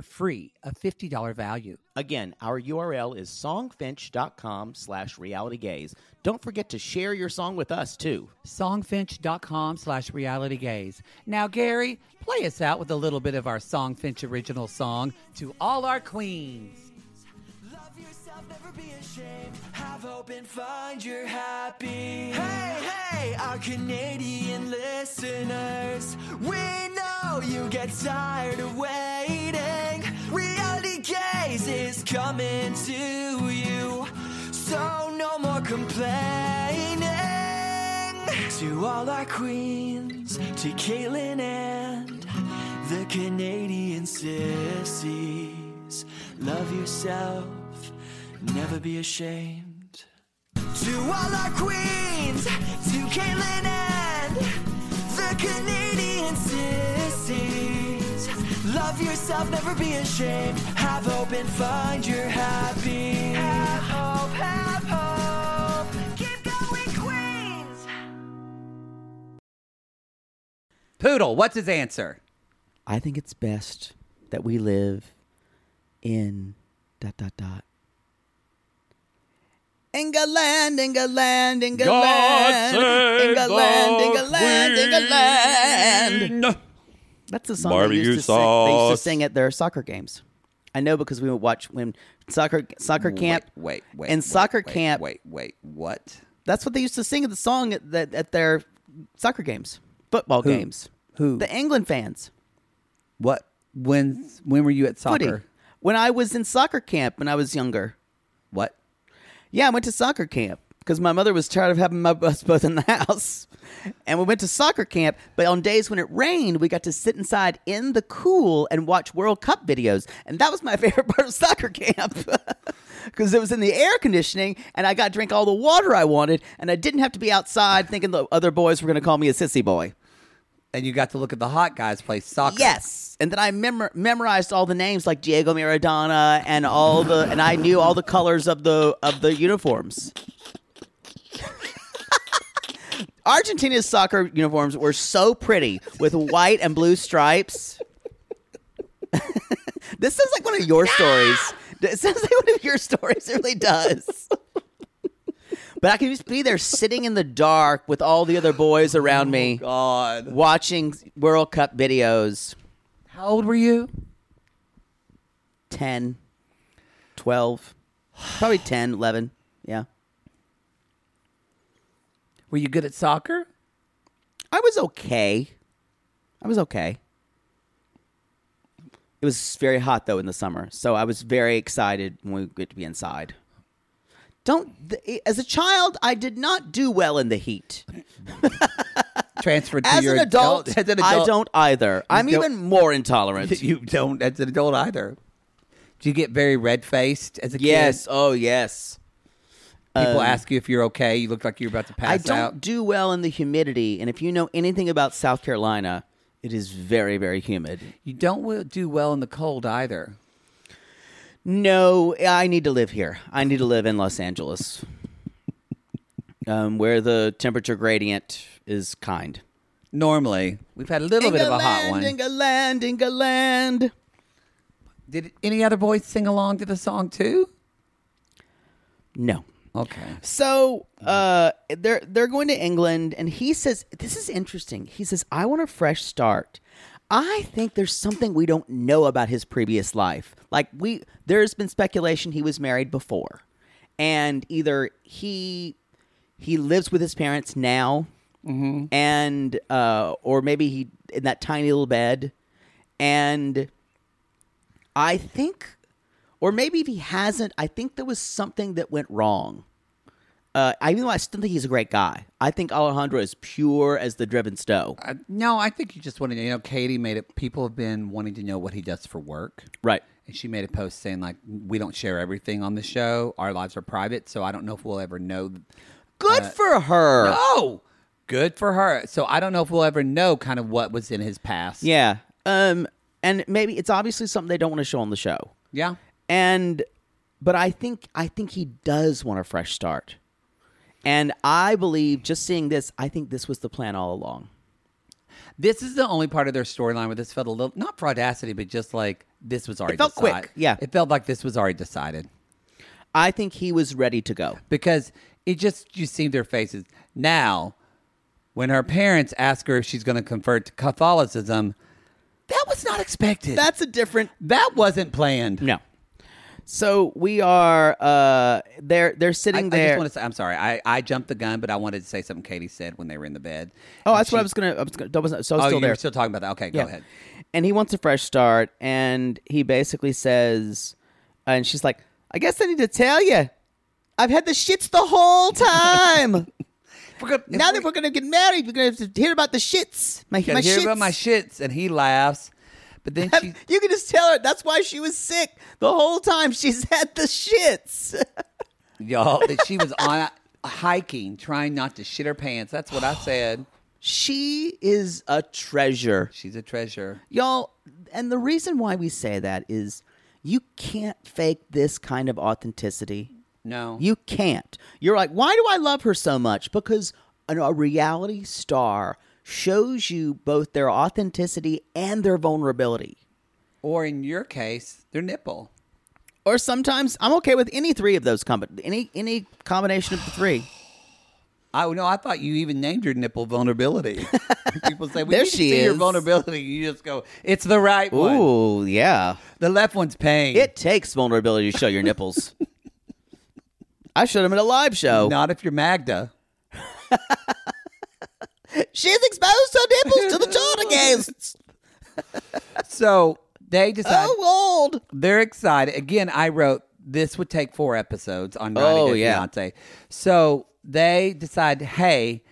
Speaker 2: free, a $50 value.
Speaker 5: Again, our URL is songfinch.com slash realitygaze. Don't forget to share your song with us, too.
Speaker 2: Songfinch.com slash realitygaze. Now, Gary, play us out with a little bit of our Songfinch original song, To All Our Queens.
Speaker 6: Love yourself, never be ashamed. Have hope and find your happy. Hey, hey, our Canadian listeners. We know you get tired of waiting. Reality Gaze is coming to you. So no more complaining. To all our queens, to Caitlin and the Canadian sissies. Love yourself, never be ashamed. To all our queens, to Caitlin and the Canadian sissies. Love yourself, never be ashamed. Have hope and find your happy. Have hope, have hope. Keep going, queens.
Speaker 2: Poodle, what's his answer?
Speaker 3: I think it's best that we live in dot dot dot. England, England, England, England, England, England. That's the song they used, to sing, they used
Speaker 7: sauce.
Speaker 3: to sing at their soccer games. I know because we would watch when soccer soccer camp.
Speaker 2: Wait, wait, wait.
Speaker 3: and soccer
Speaker 2: wait,
Speaker 3: camp.
Speaker 2: Wait, wait, what?
Speaker 3: That's what they used to sing at the song at, the, at their soccer games, football games.
Speaker 2: Who?
Speaker 3: The England fans.
Speaker 2: What? When? When were you at soccer?
Speaker 3: Footy. When I was in soccer camp when I was younger.
Speaker 2: What?
Speaker 3: Yeah, I went to soccer camp because my mother was tired of having my us both in the house. And we went to soccer camp, but on days when it rained, we got to sit inside in the cool and watch World Cup videos. And that was my favorite part of soccer camp because it was in the air conditioning and I got to drink all the water I wanted and I didn't have to be outside thinking the other boys were going to call me a sissy boy.
Speaker 2: And you got to look at the hot guys play soccer.
Speaker 3: Yes, and then I memor- memorized all the names like Diego Maradona and all the, and I knew all the colors of the of the uniforms. Argentina's soccer uniforms were so pretty with white and blue stripes. this sounds like one of your stories. It sounds like one of your stories. It really does. But I could just be there sitting in the dark with all the other boys around me
Speaker 2: God.
Speaker 3: watching World Cup videos
Speaker 2: How old were you?
Speaker 3: 10, 12, probably 10, 11. Yeah.
Speaker 2: Were you good at soccer?
Speaker 3: I was okay. I was okay. It was very hot though in the summer, so I was very excited when we get to be inside. Don't th- as a child, I did not do well in the heat.
Speaker 2: Transferred to
Speaker 3: As
Speaker 2: your
Speaker 3: an adult,
Speaker 2: As an
Speaker 3: I
Speaker 2: adult,
Speaker 3: don't either. I'm
Speaker 2: don't-
Speaker 3: even more intolerant.
Speaker 2: You don't as an adult either. Do you get very red faced as a
Speaker 3: yes.
Speaker 2: kid?
Speaker 3: Oh, yes. Um,
Speaker 2: People ask you if you're okay. You look like you're about to pass
Speaker 3: I don't
Speaker 2: out.
Speaker 3: do well in the humidity, and if you know anything about South Carolina, it is very, very humid.
Speaker 2: You don't w- do well in the cold either.
Speaker 3: No, I need to live here. I need to live in Los Angeles, um, where the temperature gradient is kind.
Speaker 2: Normally, we've had a little bit of a hot one.
Speaker 3: England, England.
Speaker 2: Did any other boys sing along to the song too?
Speaker 3: No.
Speaker 2: Okay.
Speaker 3: So uh, they're they're going to England, and he says this is interesting. He says I want a fresh start. I think there's something we don't know about his previous life. Like we, there's been speculation he was married before, and either he he lives with his parents now, and uh, or maybe he in that tiny little bed, and I think, or maybe if he hasn't, I think there was something that went wrong Uh, I even though I still think he's a great guy, I think Alejandro is pure as the driven snow.
Speaker 2: I, no, I think you just wanted to, you know, Katie made it, people have been wanting to know what he does for work.
Speaker 3: Right.
Speaker 2: And she made a post saying, like, we don't share everything on the show. Our lives are private. So I don't know if we'll ever know.
Speaker 3: Good for her.
Speaker 2: Oh, good for her. So I don't know if we'll ever know kind of what was in his past.
Speaker 3: Yeah. Um. And maybe it's obviously something they don't want to show on the show.
Speaker 2: Yeah.
Speaker 3: And, but I think I think he does want a fresh start. And I believe just seeing this, I think this was the plan all along.
Speaker 2: This is the only part of their storyline where this felt a little, not fraudacity, but just like this was already
Speaker 3: felt quick,
Speaker 2: decide-
Speaker 3: yeah.
Speaker 2: It felt like this was already decided.
Speaker 3: I think he was ready to go.
Speaker 2: because it just you see their faces now when her parents ask her if she's going to convert to catholicism that was not expected
Speaker 3: That's a different
Speaker 2: that wasn't planned
Speaker 3: no. So we are uh they're they're
Speaker 2: I, I
Speaker 3: sitting there.
Speaker 2: just want to say, I'm sorry. I, I jumped the gun, but I wanted to say something Katie said when they were in the bed.
Speaker 3: oh,
Speaker 2: And
Speaker 3: that's what
Speaker 2: she-
Speaker 3: I was gonna. I was gonna that was, so I was
Speaker 2: Oh,
Speaker 3: still
Speaker 2: you
Speaker 3: there.
Speaker 2: were still talking about that. Okay, go
Speaker 3: Yeah.
Speaker 2: ahead.
Speaker 3: And he wants a fresh start, and he basically says, and she's like, "I guess I need to tell you, I've had the shits the whole time. now that we're gonna get married, we're gonna have to hear about the shits. My,
Speaker 2: Can
Speaker 3: my
Speaker 2: hear
Speaker 3: shits.
Speaker 2: about my shits, and he laughs. But then she,
Speaker 3: you can just tell her that's why she was sick the whole time. She's had the shits.
Speaker 2: y'all, that she was on hiking, trying not to shit her pants. That's what I said.
Speaker 3: She is a treasure.
Speaker 2: She's a treasure.
Speaker 3: Y'all, and the reason why we say that is you can't fake this kind of authenticity.
Speaker 2: No,
Speaker 3: You can't. You're like, why do I love her so much? Because an- a reality star shows you both their authenticity and their vulnerability.
Speaker 2: or in your case, their nipple.
Speaker 3: Or sometimes I'm okay with any three of those combi- any any combination of the three.
Speaker 2: I no, I thought you even named your nipple vulnerability. People say we
Speaker 3: There
Speaker 2: need to
Speaker 3: she
Speaker 2: see your
Speaker 3: is.
Speaker 2: vulnerability. You just go, it's the right one.
Speaker 3: Ooh, yeah.
Speaker 2: The left one's pain.
Speaker 3: It takes vulnerability to show your nipples. I showed him at a live show.
Speaker 2: Not if you're Magda.
Speaker 3: She's exposed her nipples to the tornadoes.
Speaker 2: So they decide
Speaker 3: Oh, old.
Speaker 2: they're excited. Again, I wrote this would take four episodes on Ronnie
Speaker 3: Oh,
Speaker 2: Day
Speaker 3: yeah.
Speaker 2: Fiance. So they decide, hey,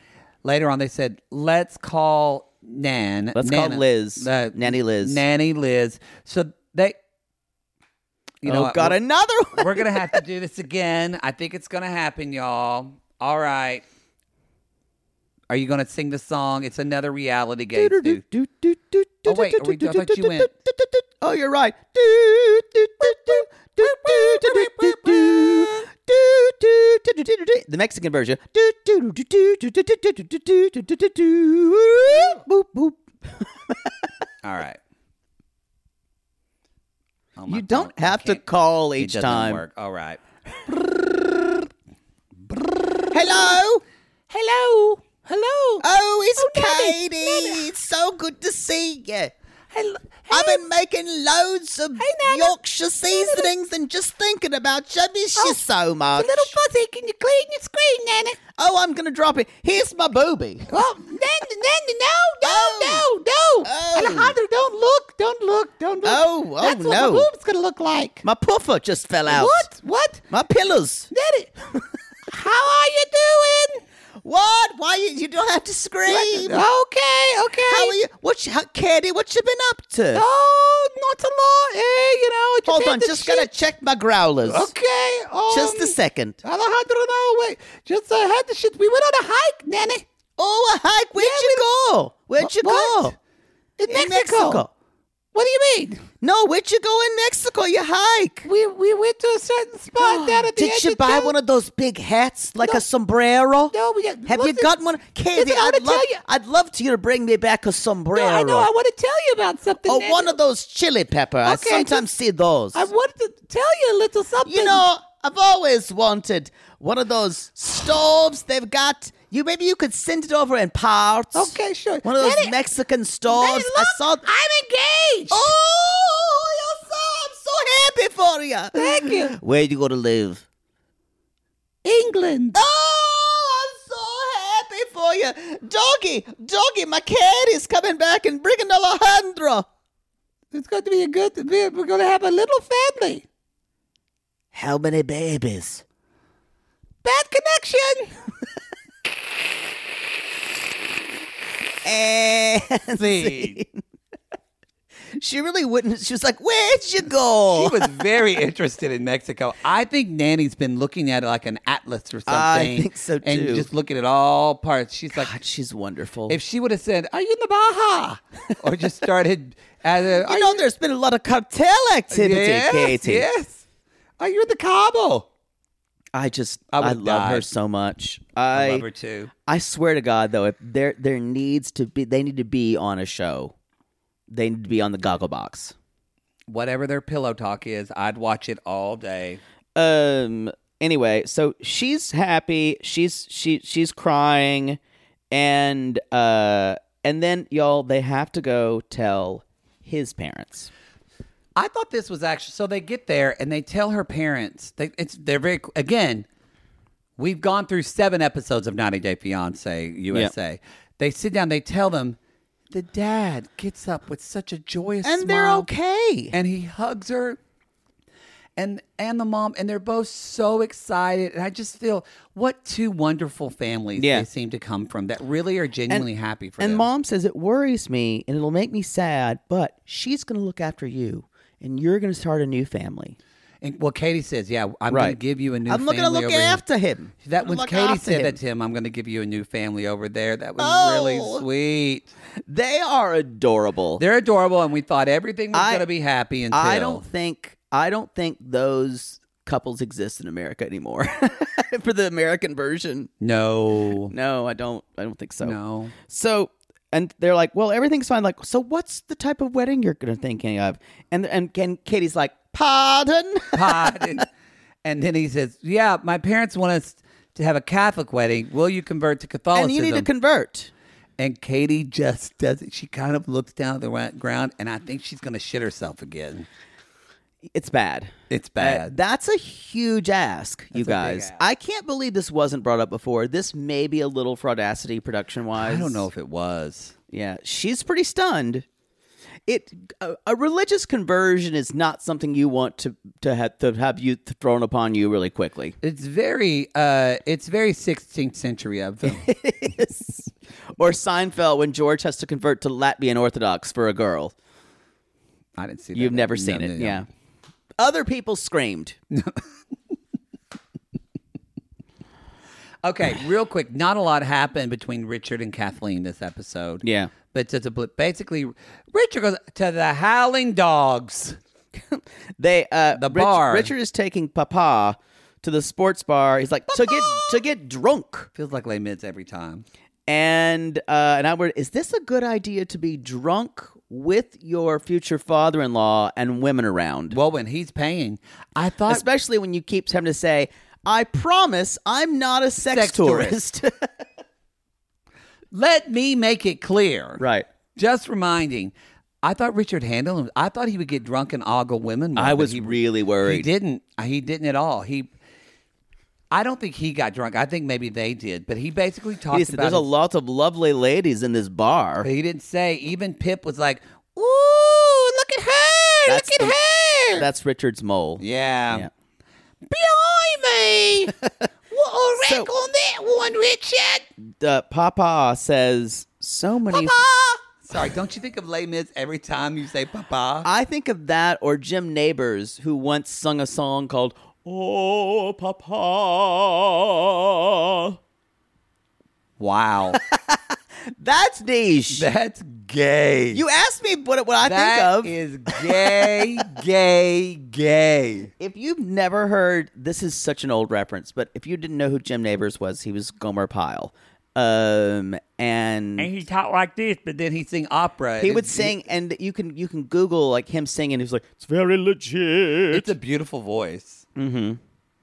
Speaker 2: later on they said, let's call Nan. Uh,
Speaker 3: Let's call Liz. Nanny Liz.
Speaker 2: Nanny Liz. So they you know
Speaker 3: oh,
Speaker 2: what?
Speaker 3: got
Speaker 2: We're-
Speaker 3: another one.
Speaker 2: We're gonna have to do this again. I think it's gonna happen, y'all. All right. Are you gonna sing the song? It's another reality game. too. Oh, wait, are we- I thought you went-
Speaker 3: Oh, you're right. Do, do, do, do, do, do, do, do, do, do, do, do, do, do, do. The Mexican version. Do, do, do, do, do, do, do, do, do, do, do, do, do, do. Boop, boop.
Speaker 2: Oh, All right. Oh, my
Speaker 3: You don't
Speaker 2: phone- I
Speaker 3: have to
Speaker 2: can't-
Speaker 3: call
Speaker 2: it
Speaker 3: each
Speaker 2: doesn't
Speaker 3: time.
Speaker 2: Work. All right.
Speaker 3: Hello.
Speaker 2: Hello. Hello.
Speaker 3: Oh, it's
Speaker 2: Nanny,
Speaker 3: Katie.
Speaker 2: Nanny.
Speaker 3: It's so good to see you.
Speaker 2: Hello.
Speaker 3: I've been making loads of
Speaker 2: Nana. Oh,
Speaker 3: Yorkshire seasonings and just thinking about you. I miss you so much.
Speaker 2: fuzzy. Can you clean your screen, Nana?
Speaker 3: Oh, I'm going to drop it. Here's my booby.
Speaker 2: Oh, Nana, Nana, no, no,
Speaker 3: Oh.
Speaker 2: no, no.
Speaker 3: Oh.
Speaker 2: Alejandro, don't look. Don't look. Don't look.
Speaker 3: Oh, oh,
Speaker 2: That's what
Speaker 3: no.
Speaker 2: my boob's going to look like.
Speaker 3: My puffer just fell out.
Speaker 2: What? What?
Speaker 3: My pillows.
Speaker 2: Daddy, how are you doing?
Speaker 3: What? Why you, you don't have to scream?
Speaker 2: Okay, okay.
Speaker 3: How are you? What's how, Katie? What you been up to?
Speaker 2: Oh, not a lot. Hey, you know. I Just
Speaker 3: Hold
Speaker 2: had
Speaker 3: on,
Speaker 2: the
Speaker 3: just
Speaker 2: shit.
Speaker 3: gotta check my growlers.
Speaker 2: Okay. Um,
Speaker 3: Just a second.
Speaker 2: Alejandro, no, wait. Just uh, had the shit. We went on a hike, Nanny.
Speaker 3: Oh, a hike. Where'd you go? Where'd you
Speaker 2: What?
Speaker 3: go?
Speaker 2: In,
Speaker 3: In
Speaker 2: Mexico. What do you mean?
Speaker 3: No, where'd you go in Mexico? You hike.
Speaker 2: We we went to a certain spot down at the
Speaker 3: Did
Speaker 2: edge
Speaker 3: you
Speaker 2: of
Speaker 3: buy
Speaker 2: town.
Speaker 3: one of those big hats, like a sombrero?
Speaker 2: No, we got-
Speaker 3: Have you
Speaker 2: listen-
Speaker 3: got one, Katie?
Speaker 2: listen, I wanna
Speaker 3: I'd love,
Speaker 2: tell you-
Speaker 3: I'd love to you to bring me back a sombrero.
Speaker 2: No, I know. I want to tell you about something.
Speaker 3: or
Speaker 2: Nanny.
Speaker 3: one of those chili pepper. I
Speaker 2: Okay,
Speaker 3: sometimes
Speaker 2: just-
Speaker 3: see those.
Speaker 2: I wanted to tell you a little something.
Speaker 3: you know, I've always wanted one of those stoves they've got. You maybe you could send it over in parts.
Speaker 2: Okay, sure.
Speaker 3: One of those
Speaker 2: Daddy-
Speaker 3: Mexican
Speaker 2: Nanny,
Speaker 3: stoves. I
Speaker 2: look,
Speaker 3: saw.
Speaker 2: I'm engaged.
Speaker 3: Oh, you're so, I'm so happy for you.
Speaker 2: Thank you.
Speaker 3: Where you go to live?
Speaker 2: England.
Speaker 3: Oh, I'm so happy for you, doggy, doggy. My cat is coming back and bringing Alejandro.
Speaker 2: It's going to be a good. We're going to have a little family.
Speaker 3: How many babies?
Speaker 4: Bad connection.
Speaker 3: And
Speaker 2: Scene.
Speaker 3: she really wouldn't. She was like, "Where'd you go?"
Speaker 2: She was very interested in Mexico. I think Nanny's been looking at it like an atlas or something.
Speaker 3: I think so,
Speaker 2: And
Speaker 3: too.
Speaker 2: just looking at all parts. She's like,
Speaker 3: God, she's wonderful.
Speaker 2: if she would have said, "Are you in the Baja?" or just started as a,
Speaker 3: you
Speaker 2: "Are
Speaker 3: know, there's been a lot of cartel activity,
Speaker 2: yes,
Speaker 3: Katie.
Speaker 2: Yes. Are you in the Cabo?
Speaker 3: I just,
Speaker 2: I
Speaker 3: I,
Speaker 2: would've
Speaker 3: love
Speaker 2: died.
Speaker 3: her so much. I,
Speaker 2: love her too.
Speaker 3: I swear to God, though, if there there needs to be, they need to be on a show. They need to be on the Goggle Box.
Speaker 2: Whatever their pillow talk is, I'd watch it all day.
Speaker 3: um anyway so she's happy she's she she's crying and uh and then y'all they have to go tell his parents
Speaker 2: I thought this was actually so they get there and they tell her parents. They it's they're very again. We've gone through seven episodes of 90 Day Fiance USA. They sit down. They tell them the dad gets up with such a joyous
Speaker 3: And they're
Speaker 2: smile,
Speaker 3: okay.
Speaker 2: and he hugs her. And and the mom and they're both so excited and I just feel what two wonderful families
Speaker 3: Yeah.
Speaker 2: they seem to come from that really are genuinely happy for
Speaker 3: and
Speaker 2: them.
Speaker 3: mom says it worries me and it'll make me sad but she's gonna look after you and you're gonna start a new family
Speaker 2: And, well, Katie says, "Yeah, I'm going
Speaker 3: Right.
Speaker 2: to give you a new.
Speaker 3: I'm not gonna
Speaker 2: family
Speaker 3: look
Speaker 2: over here."
Speaker 3: after him.
Speaker 2: That
Speaker 3: I'm
Speaker 2: was
Speaker 3: look
Speaker 2: Katie
Speaker 3: after
Speaker 2: said
Speaker 3: him.
Speaker 2: that to him. I'm going to give you a new family over there. That was really
Speaker 3: Oh.
Speaker 2: sweet.
Speaker 3: they are adorable
Speaker 2: They're adorable, and we thought everything was
Speaker 3: I-
Speaker 2: going to be happy until
Speaker 3: I don't think I don't think those couples exist in America anymore for the American version.
Speaker 2: No,
Speaker 3: No, I don't. I don't think so.
Speaker 2: no.
Speaker 3: So and they're like, well, everything's fine. Like, so what's the type of wedding you're gonna thinking of? And and Ken, Katie's like, pardon.
Speaker 2: Pod and, and then he says, "Yeah, my parents want us to have a Catholic wedding. Will you convert to Catholicism?"
Speaker 3: and you need to convert.
Speaker 2: And Katie just doesn't. She kind of looks down at the wa- ground, and I think she's going to shit herself again.
Speaker 3: It's bad.
Speaker 2: It's
Speaker 3: Uh,
Speaker 2: bad.
Speaker 3: that's a huge ask, you guys. I can't believe this wasn't brought up before. This may be a little fraudacity production wise.
Speaker 2: I don't know if it was.
Speaker 3: Yeah, she's pretty stunned. It a, a religious conversion is not something you want to to have to have you thrown upon you really quickly.
Speaker 2: It's very, uh, it's very 16th century uh, of them.
Speaker 3: or Seinfeld when George has to convert to Latvian Orthodox for a girl.
Speaker 2: I didn't see. that.
Speaker 3: You've
Speaker 2: No,
Speaker 3: never
Speaker 2: no,
Speaker 3: seen
Speaker 2: no,
Speaker 3: it.
Speaker 2: no.
Speaker 3: Yeah. Other people screamed.
Speaker 2: Okay, real quick. Not a lot happened between Richard and Kathleen this episode.
Speaker 3: Yeah.
Speaker 2: But just a blip. Basically, Richard goes to the Howling Dogs.
Speaker 3: They uh
Speaker 2: The bar.
Speaker 3: Richard is taking Papa to the sports bar. He's like to get to get drunk.
Speaker 2: Feels like Les Mis every time.
Speaker 3: And uh, and I were, is this a good idea to be drunk with your future father-in-law and women around?
Speaker 2: Well, when he's paying, I thought
Speaker 3: especially when you keep having to say, "I promise, I'm not a sex,
Speaker 2: Sex
Speaker 3: tourist."
Speaker 2: let me make it clear.
Speaker 3: right.
Speaker 2: Just reminding. I thought Richard handled him. I thought he would get drunk and ogle women. more,
Speaker 3: I
Speaker 2: but
Speaker 3: was
Speaker 2: he,
Speaker 3: really worried.
Speaker 2: He didn't. uh, He didn't at all. He. I don't think he got drunk. I think maybe they did. But he basically talked
Speaker 3: He said,
Speaker 2: about
Speaker 3: There's a
Speaker 2: his-
Speaker 3: lot of lovely ladies in this bar.
Speaker 2: But he didn't say. Even Pip was like, "Ooh, look at her! look at
Speaker 3: the-
Speaker 2: her!"
Speaker 3: That's Richard's mole.
Speaker 2: yeah.
Speaker 3: Yeah.
Speaker 2: Behind me. what a wreck
Speaker 3: So-
Speaker 2: on that one, Richard.
Speaker 3: Uh, Papa says so many.
Speaker 2: Papa. Sorry, don't you think of Les Mis every time you say Papa?
Speaker 3: I think of that or Jim Neighbors, who once sung a song called "Oh Papa."
Speaker 2: wow,
Speaker 3: That's niche.
Speaker 2: that's gay.
Speaker 3: you asked me what, what I
Speaker 2: That
Speaker 3: think of.
Speaker 2: is gay, gay, gay.
Speaker 3: If you've never heard, this is such an old reference, but if you didn't know who Jim Neighbors was, he was Gomer Pyle. Um, and
Speaker 2: he talked like this, but then he'd sing opera.
Speaker 3: he would sing, and you can you can Google like him singing. He was like, "It's very legit."
Speaker 2: It's a beautiful voice. Mm-hmm.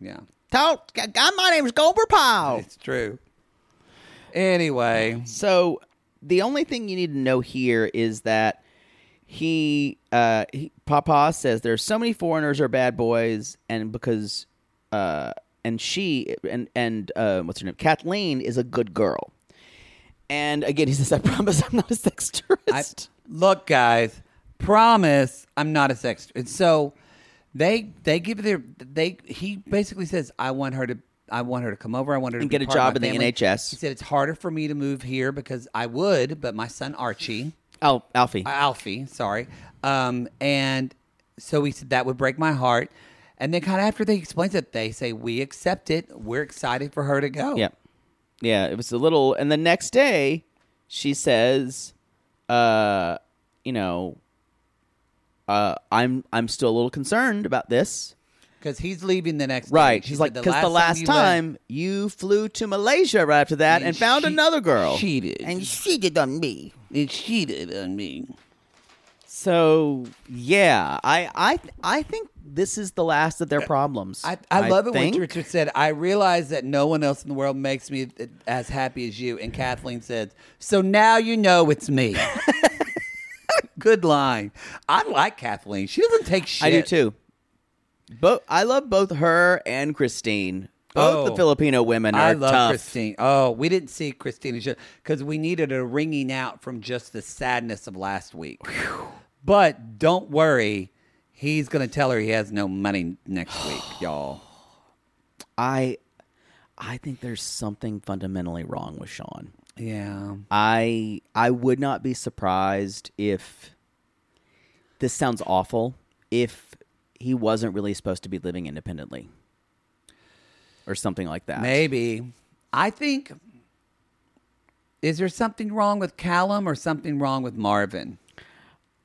Speaker 2: Yeah.
Speaker 3: Talk, God, my name's Gomer Pyle.
Speaker 2: It's true. Anyway,
Speaker 3: So the only thing you need to know here is that he, uh, he Papa says there's so many foreigners are bad boys, and because, uh, and she and and uh, what's her name Kathleen is a good girl. And again, he says, "I promise, I'm not a sex
Speaker 2: I,
Speaker 3: tourist."
Speaker 2: look, guys, promise I'm not a sex. And so they they give their they he basically says I want her to I want her to come over. I want her to
Speaker 3: And
Speaker 2: be
Speaker 3: get a
Speaker 2: part of
Speaker 3: job
Speaker 2: my
Speaker 3: in the
Speaker 2: family."
Speaker 3: NHS.
Speaker 2: He said it's harder for me to move here because I would, but my son Archie,
Speaker 3: Al- oh, Alfie.
Speaker 2: uh, Alfie, sorry, um, and so he said that would break my heart. And then kind of after they explains it, they say we accept it. We're excited for her to go.
Speaker 3: Yeah. Yeah, it was a little and the next day she says uh you know uh I'm I'm still a little concerned about this.
Speaker 2: because he's leaving the next.
Speaker 3: Right.
Speaker 2: Day.
Speaker 3: She's
Speaker 2: said,
Speaker 3: like cuz the last
Speaker 2: you went-
Speaker 3: time, you, flew to Malaysia right after that and, found
Speaker 2: she-
Speaker 3: another girl.
Speaker 2: cheated
Speaker 4: And she did on me.
Speaker 2: and cheated on me.
Speaker 3: So, yeah, I I th- I think this is the last of their problems.
Speaker 2: I, I, love it
Speaker 3: think.
Speaker 2: when Richard said, I realize that no one else in the world makes me as happy as you. And Kathleen says, So now you know it's me. Good line. I like Kathleen. She doesn't take shit.
Speaker 3: I do too. Both I love both her and Christine. Both the
Speaker 2: Oh.
Speaker 3: Filipino women are
Speaker 2: I love
Speaker 3: tough.
Speaker 2: Christine. Oh, we didn't see Christine because we needed a ringing out from just the sadness of last week. But don't worry, he's going to tell her he has no money next week, y'all.
Speaker 3: I I think there's something fundamentally wrong with Sean.
Speaker 2: Yeah.
Speaker 3: I I would not be surprised if this sounds awful if he wasn't really supposed to be living independently or something like that.
Speaker 2: Maybe. I think. Is there something wrong with Callum or something wrong with Marvin?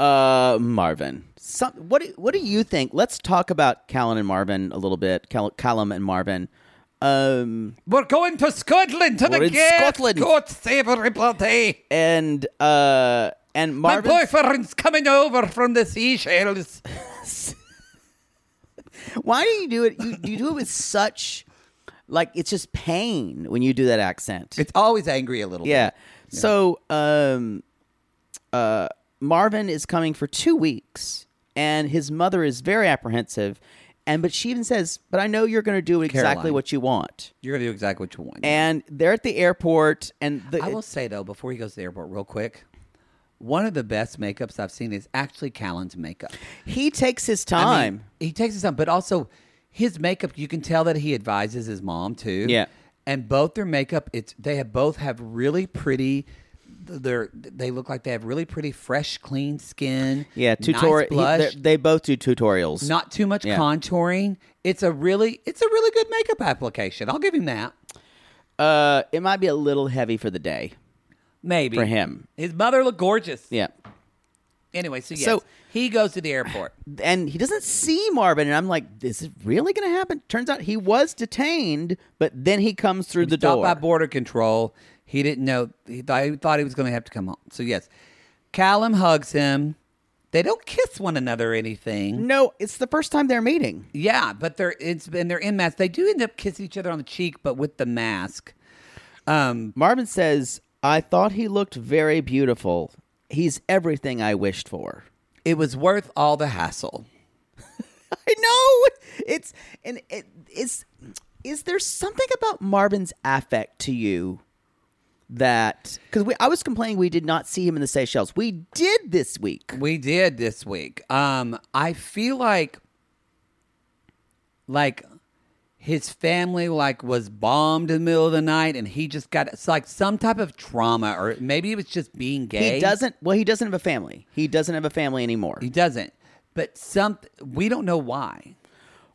Speaker 3: Uh, Marvin. Some, what do, What do you think? Let's talk about Callan and Marvin a little bit. Cal- Callum and Marvin. Um,
Speaker 2: We're going to Scotland to
Speaker 3: We're
Speaker 2: the
Speaker 3: in
Speaker 2: gate.
Speaker 3: Scotland.
Speaker 2: God save everybody.
Speaker 3: and uh, and Marvin.
Speaker 2: My boyfriend's coming over from the seashells.
Speaker 3: Why do you do it? You, you do it with such, like it's just pain when you do that accent.
Speaker 2: It's always angry a little
Speaker 3: yeah.
Speaker 2: bit.
Speaker 3: So, um, uh, Marvin is coming for two weeks, and his mother is very apprehensive, and but she even says, "But I know you're going to do exactly
Speaker 2: Caroline.
Speaker 3: what you want."
Speaker 2: You're going to do exactly what you want.
Speaker 3: and they're at the airport and the,
Speaker 2: I will say, though, before he goes to the airport, real quick, one of the best makeups I've seen is actually Callan's makeup.
Speaker 3: he takes his
Speaker 2: I mean,
Speaker 3: time
Speaker 2: he takes his time, but also his makeup. You can tell that he advises his mom too.
Speaker 3: Yeah.
Speaker 2: and both their makeup. It's they have both have really pretty. They're they look like they have really pretty fresh, clean skin.
Speaker 3: yeah
Speaker 2: nice
Speaker 3: tutorial
Speaker 2: blush.
Speaker 3: they both do tutorials
Speaker 2: not too much
Speaker 3: Yeah.
Speaker 2: contouring. It's a really it's a really good makeup application. I'll give him that.
Speaker 3: uh it might be a little heavy for the day
Speaker 2: Maybe
Speaker 3: For him.
Speaker 2: his mother looked gorgeous.
Speaker 3: yeah
Speaker 2: Anyway, so yes,
Speaker 3: So-
Speaker 2: he goes to the airport.
Speaker 3: and he doesn't see marvin and i'm like is it really gonna happen turns out he was detained but then he comes through the
Speaker 2: stopped
Speaker 3: door
Speaker 2: by border control. He didn't know. He thought he, thought he was going to have to come home. So yes, Callum hugs him. They don't kiss one another or anything.
Speaker 3: no it's the first time they're meeting
Speaker 2: Yeah, but they're it's and they're in masks. They do end up kissing each other on the cheek, but with the mask. Um,
Speaker 3: marvin says i thought he looked very beautiful he's everything i wished for
Speaker 2: it was worth all the hassle.
Speaker 3: I know it's and it is. Is there something about Marvin's affect to you that because I was complaining we did not see him in the Seychelles. We did this week.
Speaker 2: We did this week. Um, I feel like, like, his family like was bombed in the middle of the night, and he just got it's like some type of trauma, or maybe it was just being gay.
Speaker 3: He doesn't. Well, he doesn't have a family. He doesn't have a family anymore.
Speaker 2: He doesn't. But some we don't know why.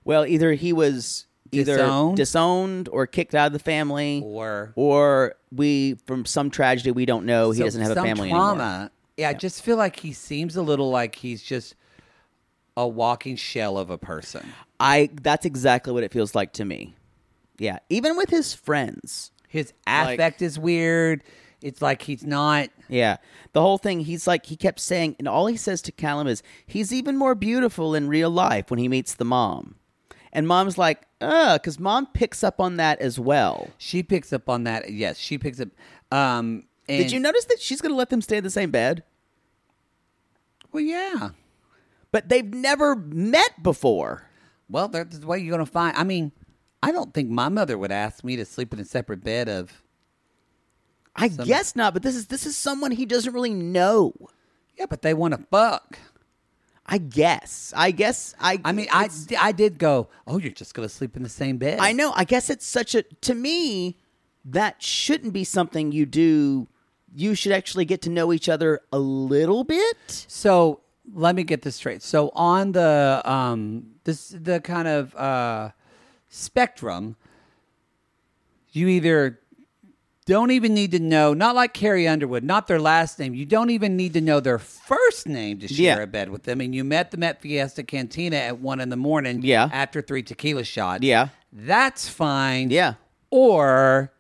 Speaker 3: Well, either he was either
Speaker 2: Disowned?
Speaker 3: disowned or kicked out of the family,
Speaker 2: Or-
Speaker 3: or we from some tragedy we don't know. he
Speaker 2: So
Speaker 3: doesn't have a
Speaker 2: some
Speaker 3: family
Speaker 2: trauma.
Speaker 3: anymore.
Speaker 2: Yeah, I just feel like he seems a little like he's just a walking shell of a person.
Speaker 3: I. That's exactly what it feels like to me. Yeah, even with his friends.
Speaker 2: His
Speaker 3: Like-
Speaker 2: affect is weird. It's like he's not
Speaker 3: Yeah. The whole thing, he's like, he kept saying, and all he says to Callum is, he's even more beautiful in real life when he meets the mom. And mom's like, uh, because mom picks up on that as well.
Speaker 2: she picks up on that. Yes, she picks up um and,
Speaker 3: Did you notice that she's going to let them stay in the same bed?
Speaker 2: Well yeah.
Speaker 3: But they've never met before.
Speaker 2: Well that's the way you're gonna find I mean, I don't think my mother would ask me to sleep in a separate bed of
Speaker 3: I guess not, but this is this is someone he doesn't really know.
Speaker 2: Yeah, but they wanna fuck.
Speaker 3: I guess. I guess. I.
Speaker 2: I mean, I,
Speaker 3: it's-
Speaker 2: I did go, oh, you're just going to sleep in the same bed.
Speaker 3: I know. I guess it's such a. To me, that shouldn't be something you do. You should actually get to know each other a little bit.
Speaker 2: So let me get this straight. So on the um this the kind of uh spectrum, you either don't even need to know, not like Carrie Underwood, not their last name. You don't even need to know their first name to
Speaker 3: Yeah.
Speaker 2: share a bed with them. And you met them at Fiesta Cantina at one in the morning
Speaker 3: Yeah.
Speaker 2: after three tequila shots.
Speaker 3: Yeah.
Speaker 2: That's fine.
Speaker 3: Yeah.
Speaker 2: Or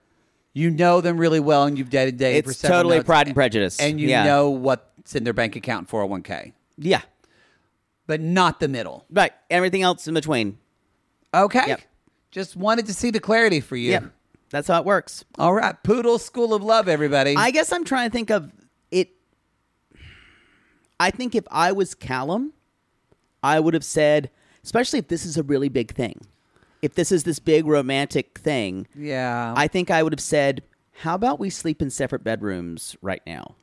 Speaker 2: you know them really well and you've dated dated for
Speaker 3: It's
Speaker 2: several
Speaker 3: totally
Speaker 2: months
Speaker 3: Pride and Prejudice.
Speaker 2: and you
Speaker 3: Yeah.
Speaker 2: know what's in their bank account, four hundred one k,
Speaker 3: Yeah.
Speaker 2: but not the middle.
Speaker 3: Right. Everything else in between.
Speaker 2: Okay,
Speaker 3: Yep.
Speaker 2: just wanted to see the clarity for you.
Speaker 3: Yep. That's how it works.
Speaker 2: All right, Poodle School of Love, everybody.
Speaker 3: I guess I'm trying to think of it. I think if I was Callum, I would have said, especially if this is a really big thing, if this is this big romantic thing,
Speaker 2: yeah,
Speaker 3: I think I would have said, how about we sleep in separate bedrooms right now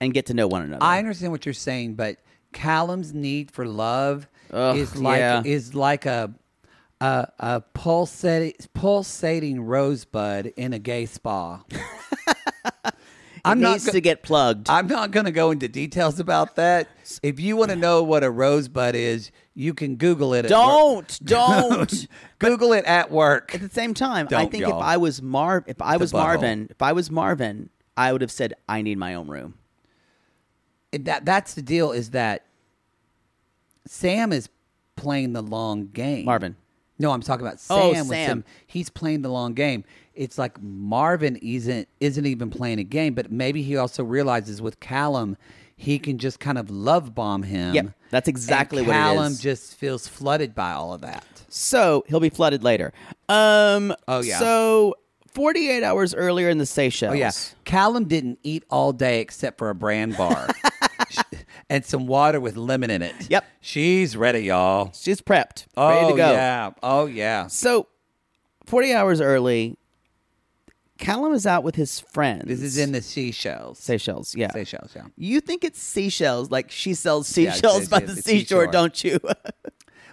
Speaker 3: and get to know one another?
Speaker 2: I understand what you're saying, but Callum's need for love
Speaker 3: Ugh,
Speaker 2: is like
Speaker 3: yeah.
Speaker 2: is like a a, a pulsating pulsating rosebud in a gay spa.
Speaker 3: I'm
Speaker 2: I'm not
Speaker 3: needs
Speaker 2: go-
Speaker 3: to get plugged.
Speaker 2: I'm not going to go into details about that. If you want to know what a rosebud is, you can Google it. at work.
Speaker 3: don't, don't.
Speaker 2: Google it at work.
Speaker 3: At the same time, I
Speaker 2: Don't,
Speaker 3: think
Speaker 2: y'all.
Speaker 3: if I was Marv, if I was
Speaker 2: butthole.
Speaker 3: Marvin, if I was Marvin, I would have said, I need my own room.
Speaker 2: And That that's the deal is that Sam is playing the long game.
Speaker 3: Marvin.
Speaker 2: No, I'm talking about Sam
Speaker 3: Oh,
Speaker 2: with
Speaker 3: Sam.
Speaker 2: him. He's playing the long game. It's like Marvin isn't isn't even playing a game, but maybe he also realizes with Callum he can just kind of love bomb him.
Speaker 3: Yep, that's
Speaker 2: And
Speaker 3: exactly what it
Speaker 2: Callum
Speaker 3: is.
Speaker 2: just feels flooded by all of that.
Speaker 3: So he'll be flooded later. Um,
Speaker 2: Oh, yeah.
Speaker 3: So 48 hours earlier in the Seychelles.
Speaker 2: Oh yeah, Callum didn't eat all day except for a bran bar and some water with lemon in it.
Speaker 3: Yep.
Speaker 2: she's ready, y'all.
Speaker 3: She's prepped,
Speaker 2: Oh
Speaker 3: ready to go.
Speaker 2: yeah, oh yeah.
Speaker 3: So 48 hours early, Callum is out with his friends.
Speaker 2: This is in the seashells.
Speaker 3: Seychelles. Yeah.
Speaker 2: Seychelles, yeah.
Speaker 3: You think it's seashells, like she sells
Speaker 2: Yeah,
Speaker 3: seashells
Speaker 2: it's-
Speaker 3: by
Speaker 2: it's
Speaker 3: the
Speaker 2: the
Speaker 3: seashore,
Speaker 2: seashore.
Speaker 3: don't you?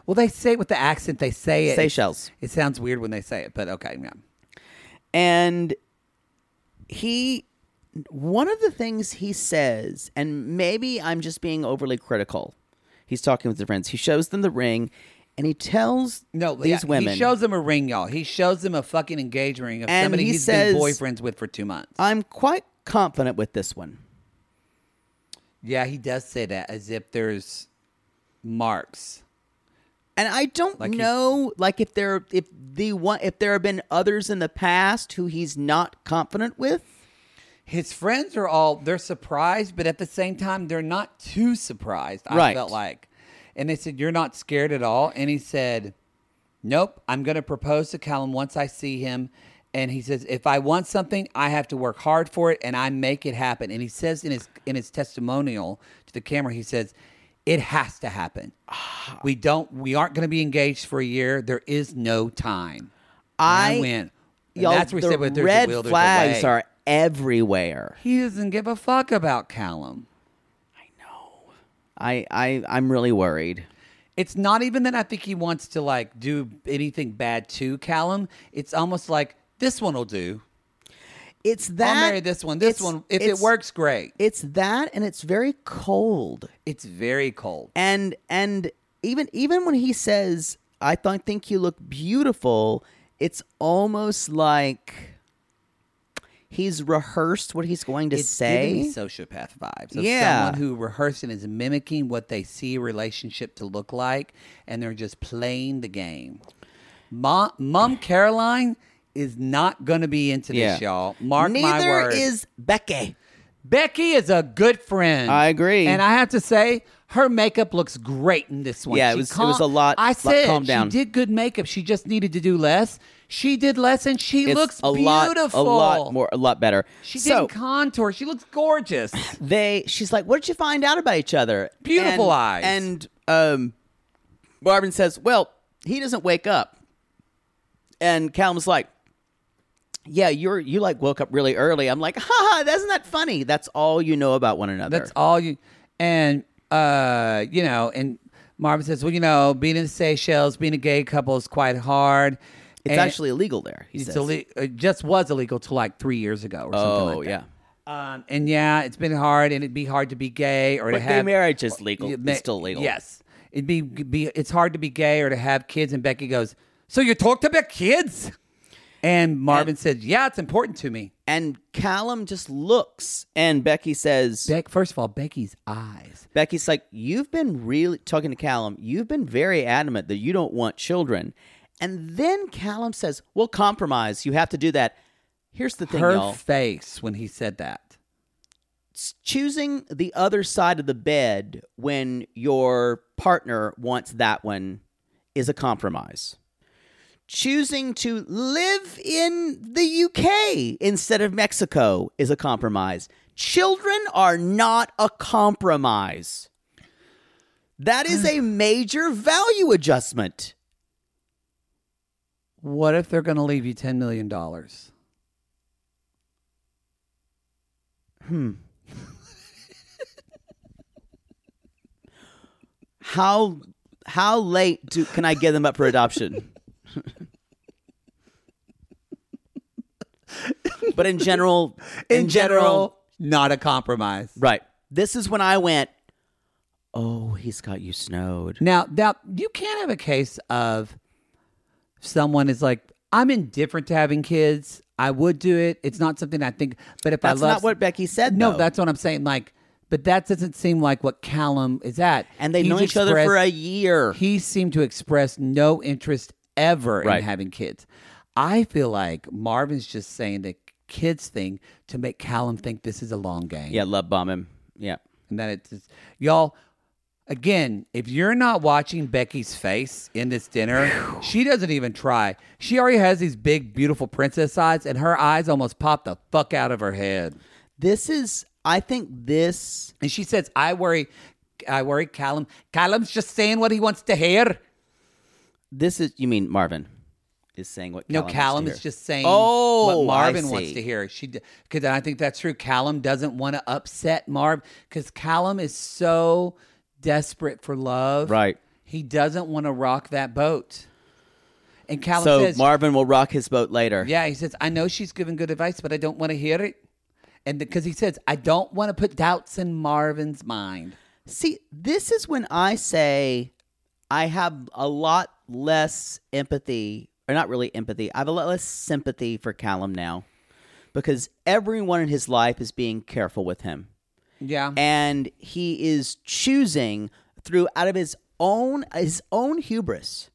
Speaker 2: Well, they say it with the accent. They say it.
Speaker 3: Seychelles.
Speaker 2: It sounds weird when they say it, but okay, yeah.
Speaker 3: and he one of the things he says and maybe i'm just being overly critical he's talking with his friends he shows them the ring and he tells
Speaker 2: No,
Speaker 3: these
Speaker 2: yeah,
Speaker 3: women
Speaker 2: He shows them a ring, y'all. He shows them a fucking engagement ring of
Speaker 3: And
Speaker 2: somebody
Speaker 3: he
Speaker 2: he's
Speaker 3: says- "Uh,
Speaker 2: been boyfriends with for two months.
Speaker 3: i'm quite confident with this one
Speaker 2: yeah, he does say that as if there's marks.
Speaker 3: and i don't
Speaker 2: Like he-
Speaker 3: know like if there if the one if there have been others in the past who he's not confident with
Speaker 2: His friends are all they're surprised, but at the same time they're not too surprised. I
Speaker 3: Right.
Speaker 2: felt like, and they said, "You're not scared at all," and he said, "Nope, I'm going to propose to Callum once I see him." And he says, "If I want something, I have to work hard for it, and I make it happen." And he says in his in his testimonial to the camera, he says, "It has to happen.
Speaker 3: Ah.
Speaker 2: We don't. We aren't going to be engaged for a year. There is no time." And
Speaker 3: I-
Speaker 2: I went. And
Speaker 3: Y'all,
Speaker 2: that's where he
Speaker 3: the
Speaker 2: said, "Well, there's
Speaker 3: red
Speaker 2: a will, there's a
Speaker 3: flags
Speaker 2: way."
Speaker 3: are everywhere
Speaker 2: He doesn't give a fuck about Callum.
Speaker 3: i i i'm really worried
Speaker 2: It's not even that I think he wants to like do anything bad to Callum. It's almost like this one will do.
Speaker 3: it's that
Speaker 2: I'll marry this one. This
Speaker 3: it's-
Speaker 2: one, if it
Speaker 3: it's-
Speaker 2: works, great.
Speaker 3: it's that and it's very cold
Speaker 2: It's very cold.
Speaker 3: and and even even when he says i th- think you look beautiful it's almost like he's rehearsed what he's going to
Speaker 2: It's
Speaker 3: say
Speaker 2: giving me sociopath vibes. Of
Speaker 3: Yeah.
Speaker 2: someone who rehearsed and is mimicking what they see a relationship to look like, and they're just playing the game. Mom, Mom Caroline is not going to be into this,
Speaker 3: Yeah.
Speaker 2: y'all. Mark
Speaker 3: neither
Speaker 2: my words.
Speaker 3: is becky
Speaker 2: Becky is a good friend.
Speaker 3: I agree.
Speaker 2: and I have to say her makeup looks great in this one.
Speaker 3: Yeah, it
Speaker 2: She
Speaker 3: was- it
Speaker 2: cal-
Speaker 3: was a lot-
Speaker 2: I
Speaker 3: lot-
Speaker 2: said
Speaker 3: calm down.
Speaker 2: she did good makeup. She just needed to do less. She did less, and she
Speaker 3: It's
Speaker 2: looks
Speaker 3: a
Speaker 2: beautiful.
Speaker 3: lot a lot more a lot better
Speaker 2: She
Speaker 3: so
Speaker 2: didn't contour. She looks gorgeous.
Speaker 3: they she's like what did you find out about each other
Speaker 2: Beautiful
Speaker 3: and,
Speaker 2: eyes.
Speaker 3: and um marvin says well he doesn't wake up and Callum's like, "Yeah, you're you like woke up really early." I'm like, "Ha ha, isn't that funny? That's all you know about one another."
Speaker 2: That's all you. And uh, you know, and Marvin says, well, you know, being in the Seychelles, being a gay couple is quite hard.
Speaker 3: It's
Speaker 2: And
Speaker 3: actually illegal there. He
Speaker 2: it's
Speaker 3: says.
Speaker 2: ille- it just was illegal till like three years ago or something
Speaker 3: Oh
Speaker 2: like that.
Speaker 3: yeah.
Speaker 2: Um, and yeah, it's been hard, and it'd be hard to be gay or
Speaker 3: But
Speaker 2: to
Speaker 3: gay
Speaker 2: have
Speaker 3: marriage is legal.
Speaker 2: Yeah,
Speaker 3: It's
Speaker 2: ma-
Speaker 3: still legal.
Speaker 2: Yes, it'd be be it's hard to be gay or to have kids. And Becky goes, "So you talked about kids?" And Marvin said, "Yeah, it's important to me."
Speaker 3: And Callum just looks, and Becky says,
Speaker 2: Beck, first of all, Becky's eyes.
Speaker 3: Becky's like, You've been really talking to Callum, you've been very adamant that you don't want children. And then Callum says, Well, compromise. You have to do that. Here's the thing,
Speaker 2: Her
Speaker 3: y'all.
Speaker 2: face when he said that.
Speaker 3: It's choosing the other side of the bed when your partner wants that one is a compromise. Choosing to live in the UK instead of Mexico is a compromise. Children are not a compromise. That is a major value adjustment.
Speaker 2: What if they're going to leave you ten million dollars?
Speaker 3: How how late do can I get them up for adoption? but in general, in, general,
Speaker 2: not a compromise.
Speaker 3: right. This is when I went. Oh, he's got you snowed.
Speaker 2: Now, now you can't have a case of someone is like, I'm indifferent to having kids. I would do it. It's not something I think. But if
Speaker 3: That's
Speaker 2: I love,
Speaker 3: not what Becky said.
Speaker 2: no,
Speaker 3: though.
Speaker 2: that's what I'm saying. Like, but that doesn't seem like what Callum is at.
Speaker 3: and they
Speaker 2: He's
Speaker 3: know each other for a
Speaker 2: expressed-
Speaker 3: year.
Speaker 2: He seemed to express no interest ever
Speaker 3: Right.
Speaker 2: in having kids. I feel like Marvin's just saying the kids thing to make Callum think this is a long game.
Speaker 3: yeah, love bomb him. Yeah,
Speaker 2: And that it's just- y'all again, if you're not watching Becky's face in this dinner, she doesn't even try. She already has these big, beautiful princess eyes, and her eyes almost pop the fuck out of her head.
Speaker 3: this is. I think this.
Speaker 2: And she says, I worry I worry Callum. Callum's just saying what he wants to hear.
Speaker 3: This is. You mean Marvin is saying what?
Speaker 2: No,
Speaker 3: Callum,
Speaker 2: Callum
Speaker 3: wants
Speaker 2: is
Speaker 3: to hear.
Speaker 2: just saying
Speaker 3: Oh,
Speaker 2: what Marvin
Speaker 3: I
Speaker 2: wants
Speaker 3: see.
Speaker 2: to hear. She because I think that's true. Callum doesn't want to upset Marv because Callum is so desperate for love.
Speaker 3: Right.
Speaker 2: He doesn't want to rock that boat. And Callum
Speaker 3: so
Speaker 2: says,
Speaker 3: Marvin will rock his boat later.
Speaker 2: "Yeah," he says, "I know she's giving good advice, but I don't want to hear it." And because he says, "I don't want to put doubts in Marvin's mind."
Speaker 3: See, this is when I say I have a lot less empathy, or not really empathy, I have a lot less sympathy for Callum now because everyone in his life is being careful with him.
Speaker 2: Yeah.
Speaker 3: And he is choosing through out of his own his own hubris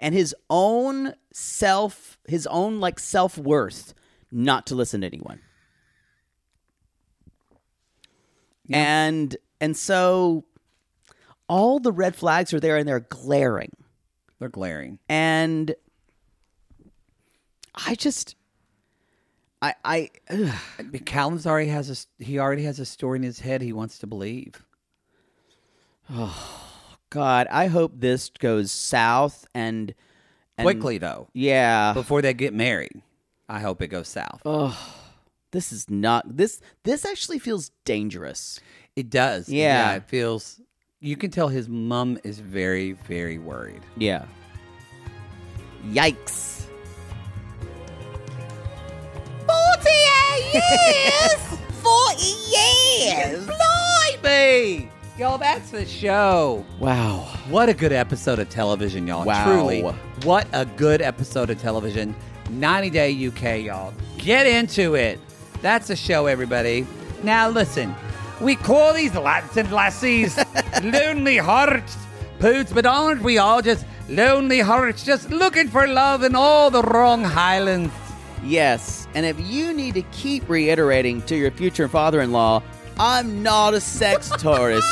Speaker 3: and his own self his own like self-worth not to listen to anyone. And and so all the red flags are there and they're glaring.
Speaker 2: They're glaring.
Speaker 3: And I just I I ugh.
Speaker 2: But Callum's already has a s- he already has a story in his head he wants to believe.
Speaker 3: God, I hope this goes south and, and
Speaker 2: Quickly though.
Speaker 3: Yeah,
Speaker 2: before they get married. I hope it goes south.
Speaker 3: this is not this. This actually feels dangerous.
Speaker 2: it does.
Speaker 3: Yeah.
Speaker 2: It feels, you can tell his mom is very, very worried.
Speaker 3: Yeah. Yikes.
Speaker 2: Blimey! Y'all, that's the show.
Speaker 3: Wow.
Speaker 2: What a good episode of television, y'all.
Speaker 3: Wow.
Speaker 2: Truly. What a good episode of television. 90 Day UK, y'all. Get into it. That's a show, everybody. Now, listen, we call these lads and lassies lonely hearts, poots, but aren't we all just lonely hearts just looking for love in all the wrong highlands?
Speaker 3: Yes, and if you need to keep reiterating to your future father-in-law, I'm not a sex tourist.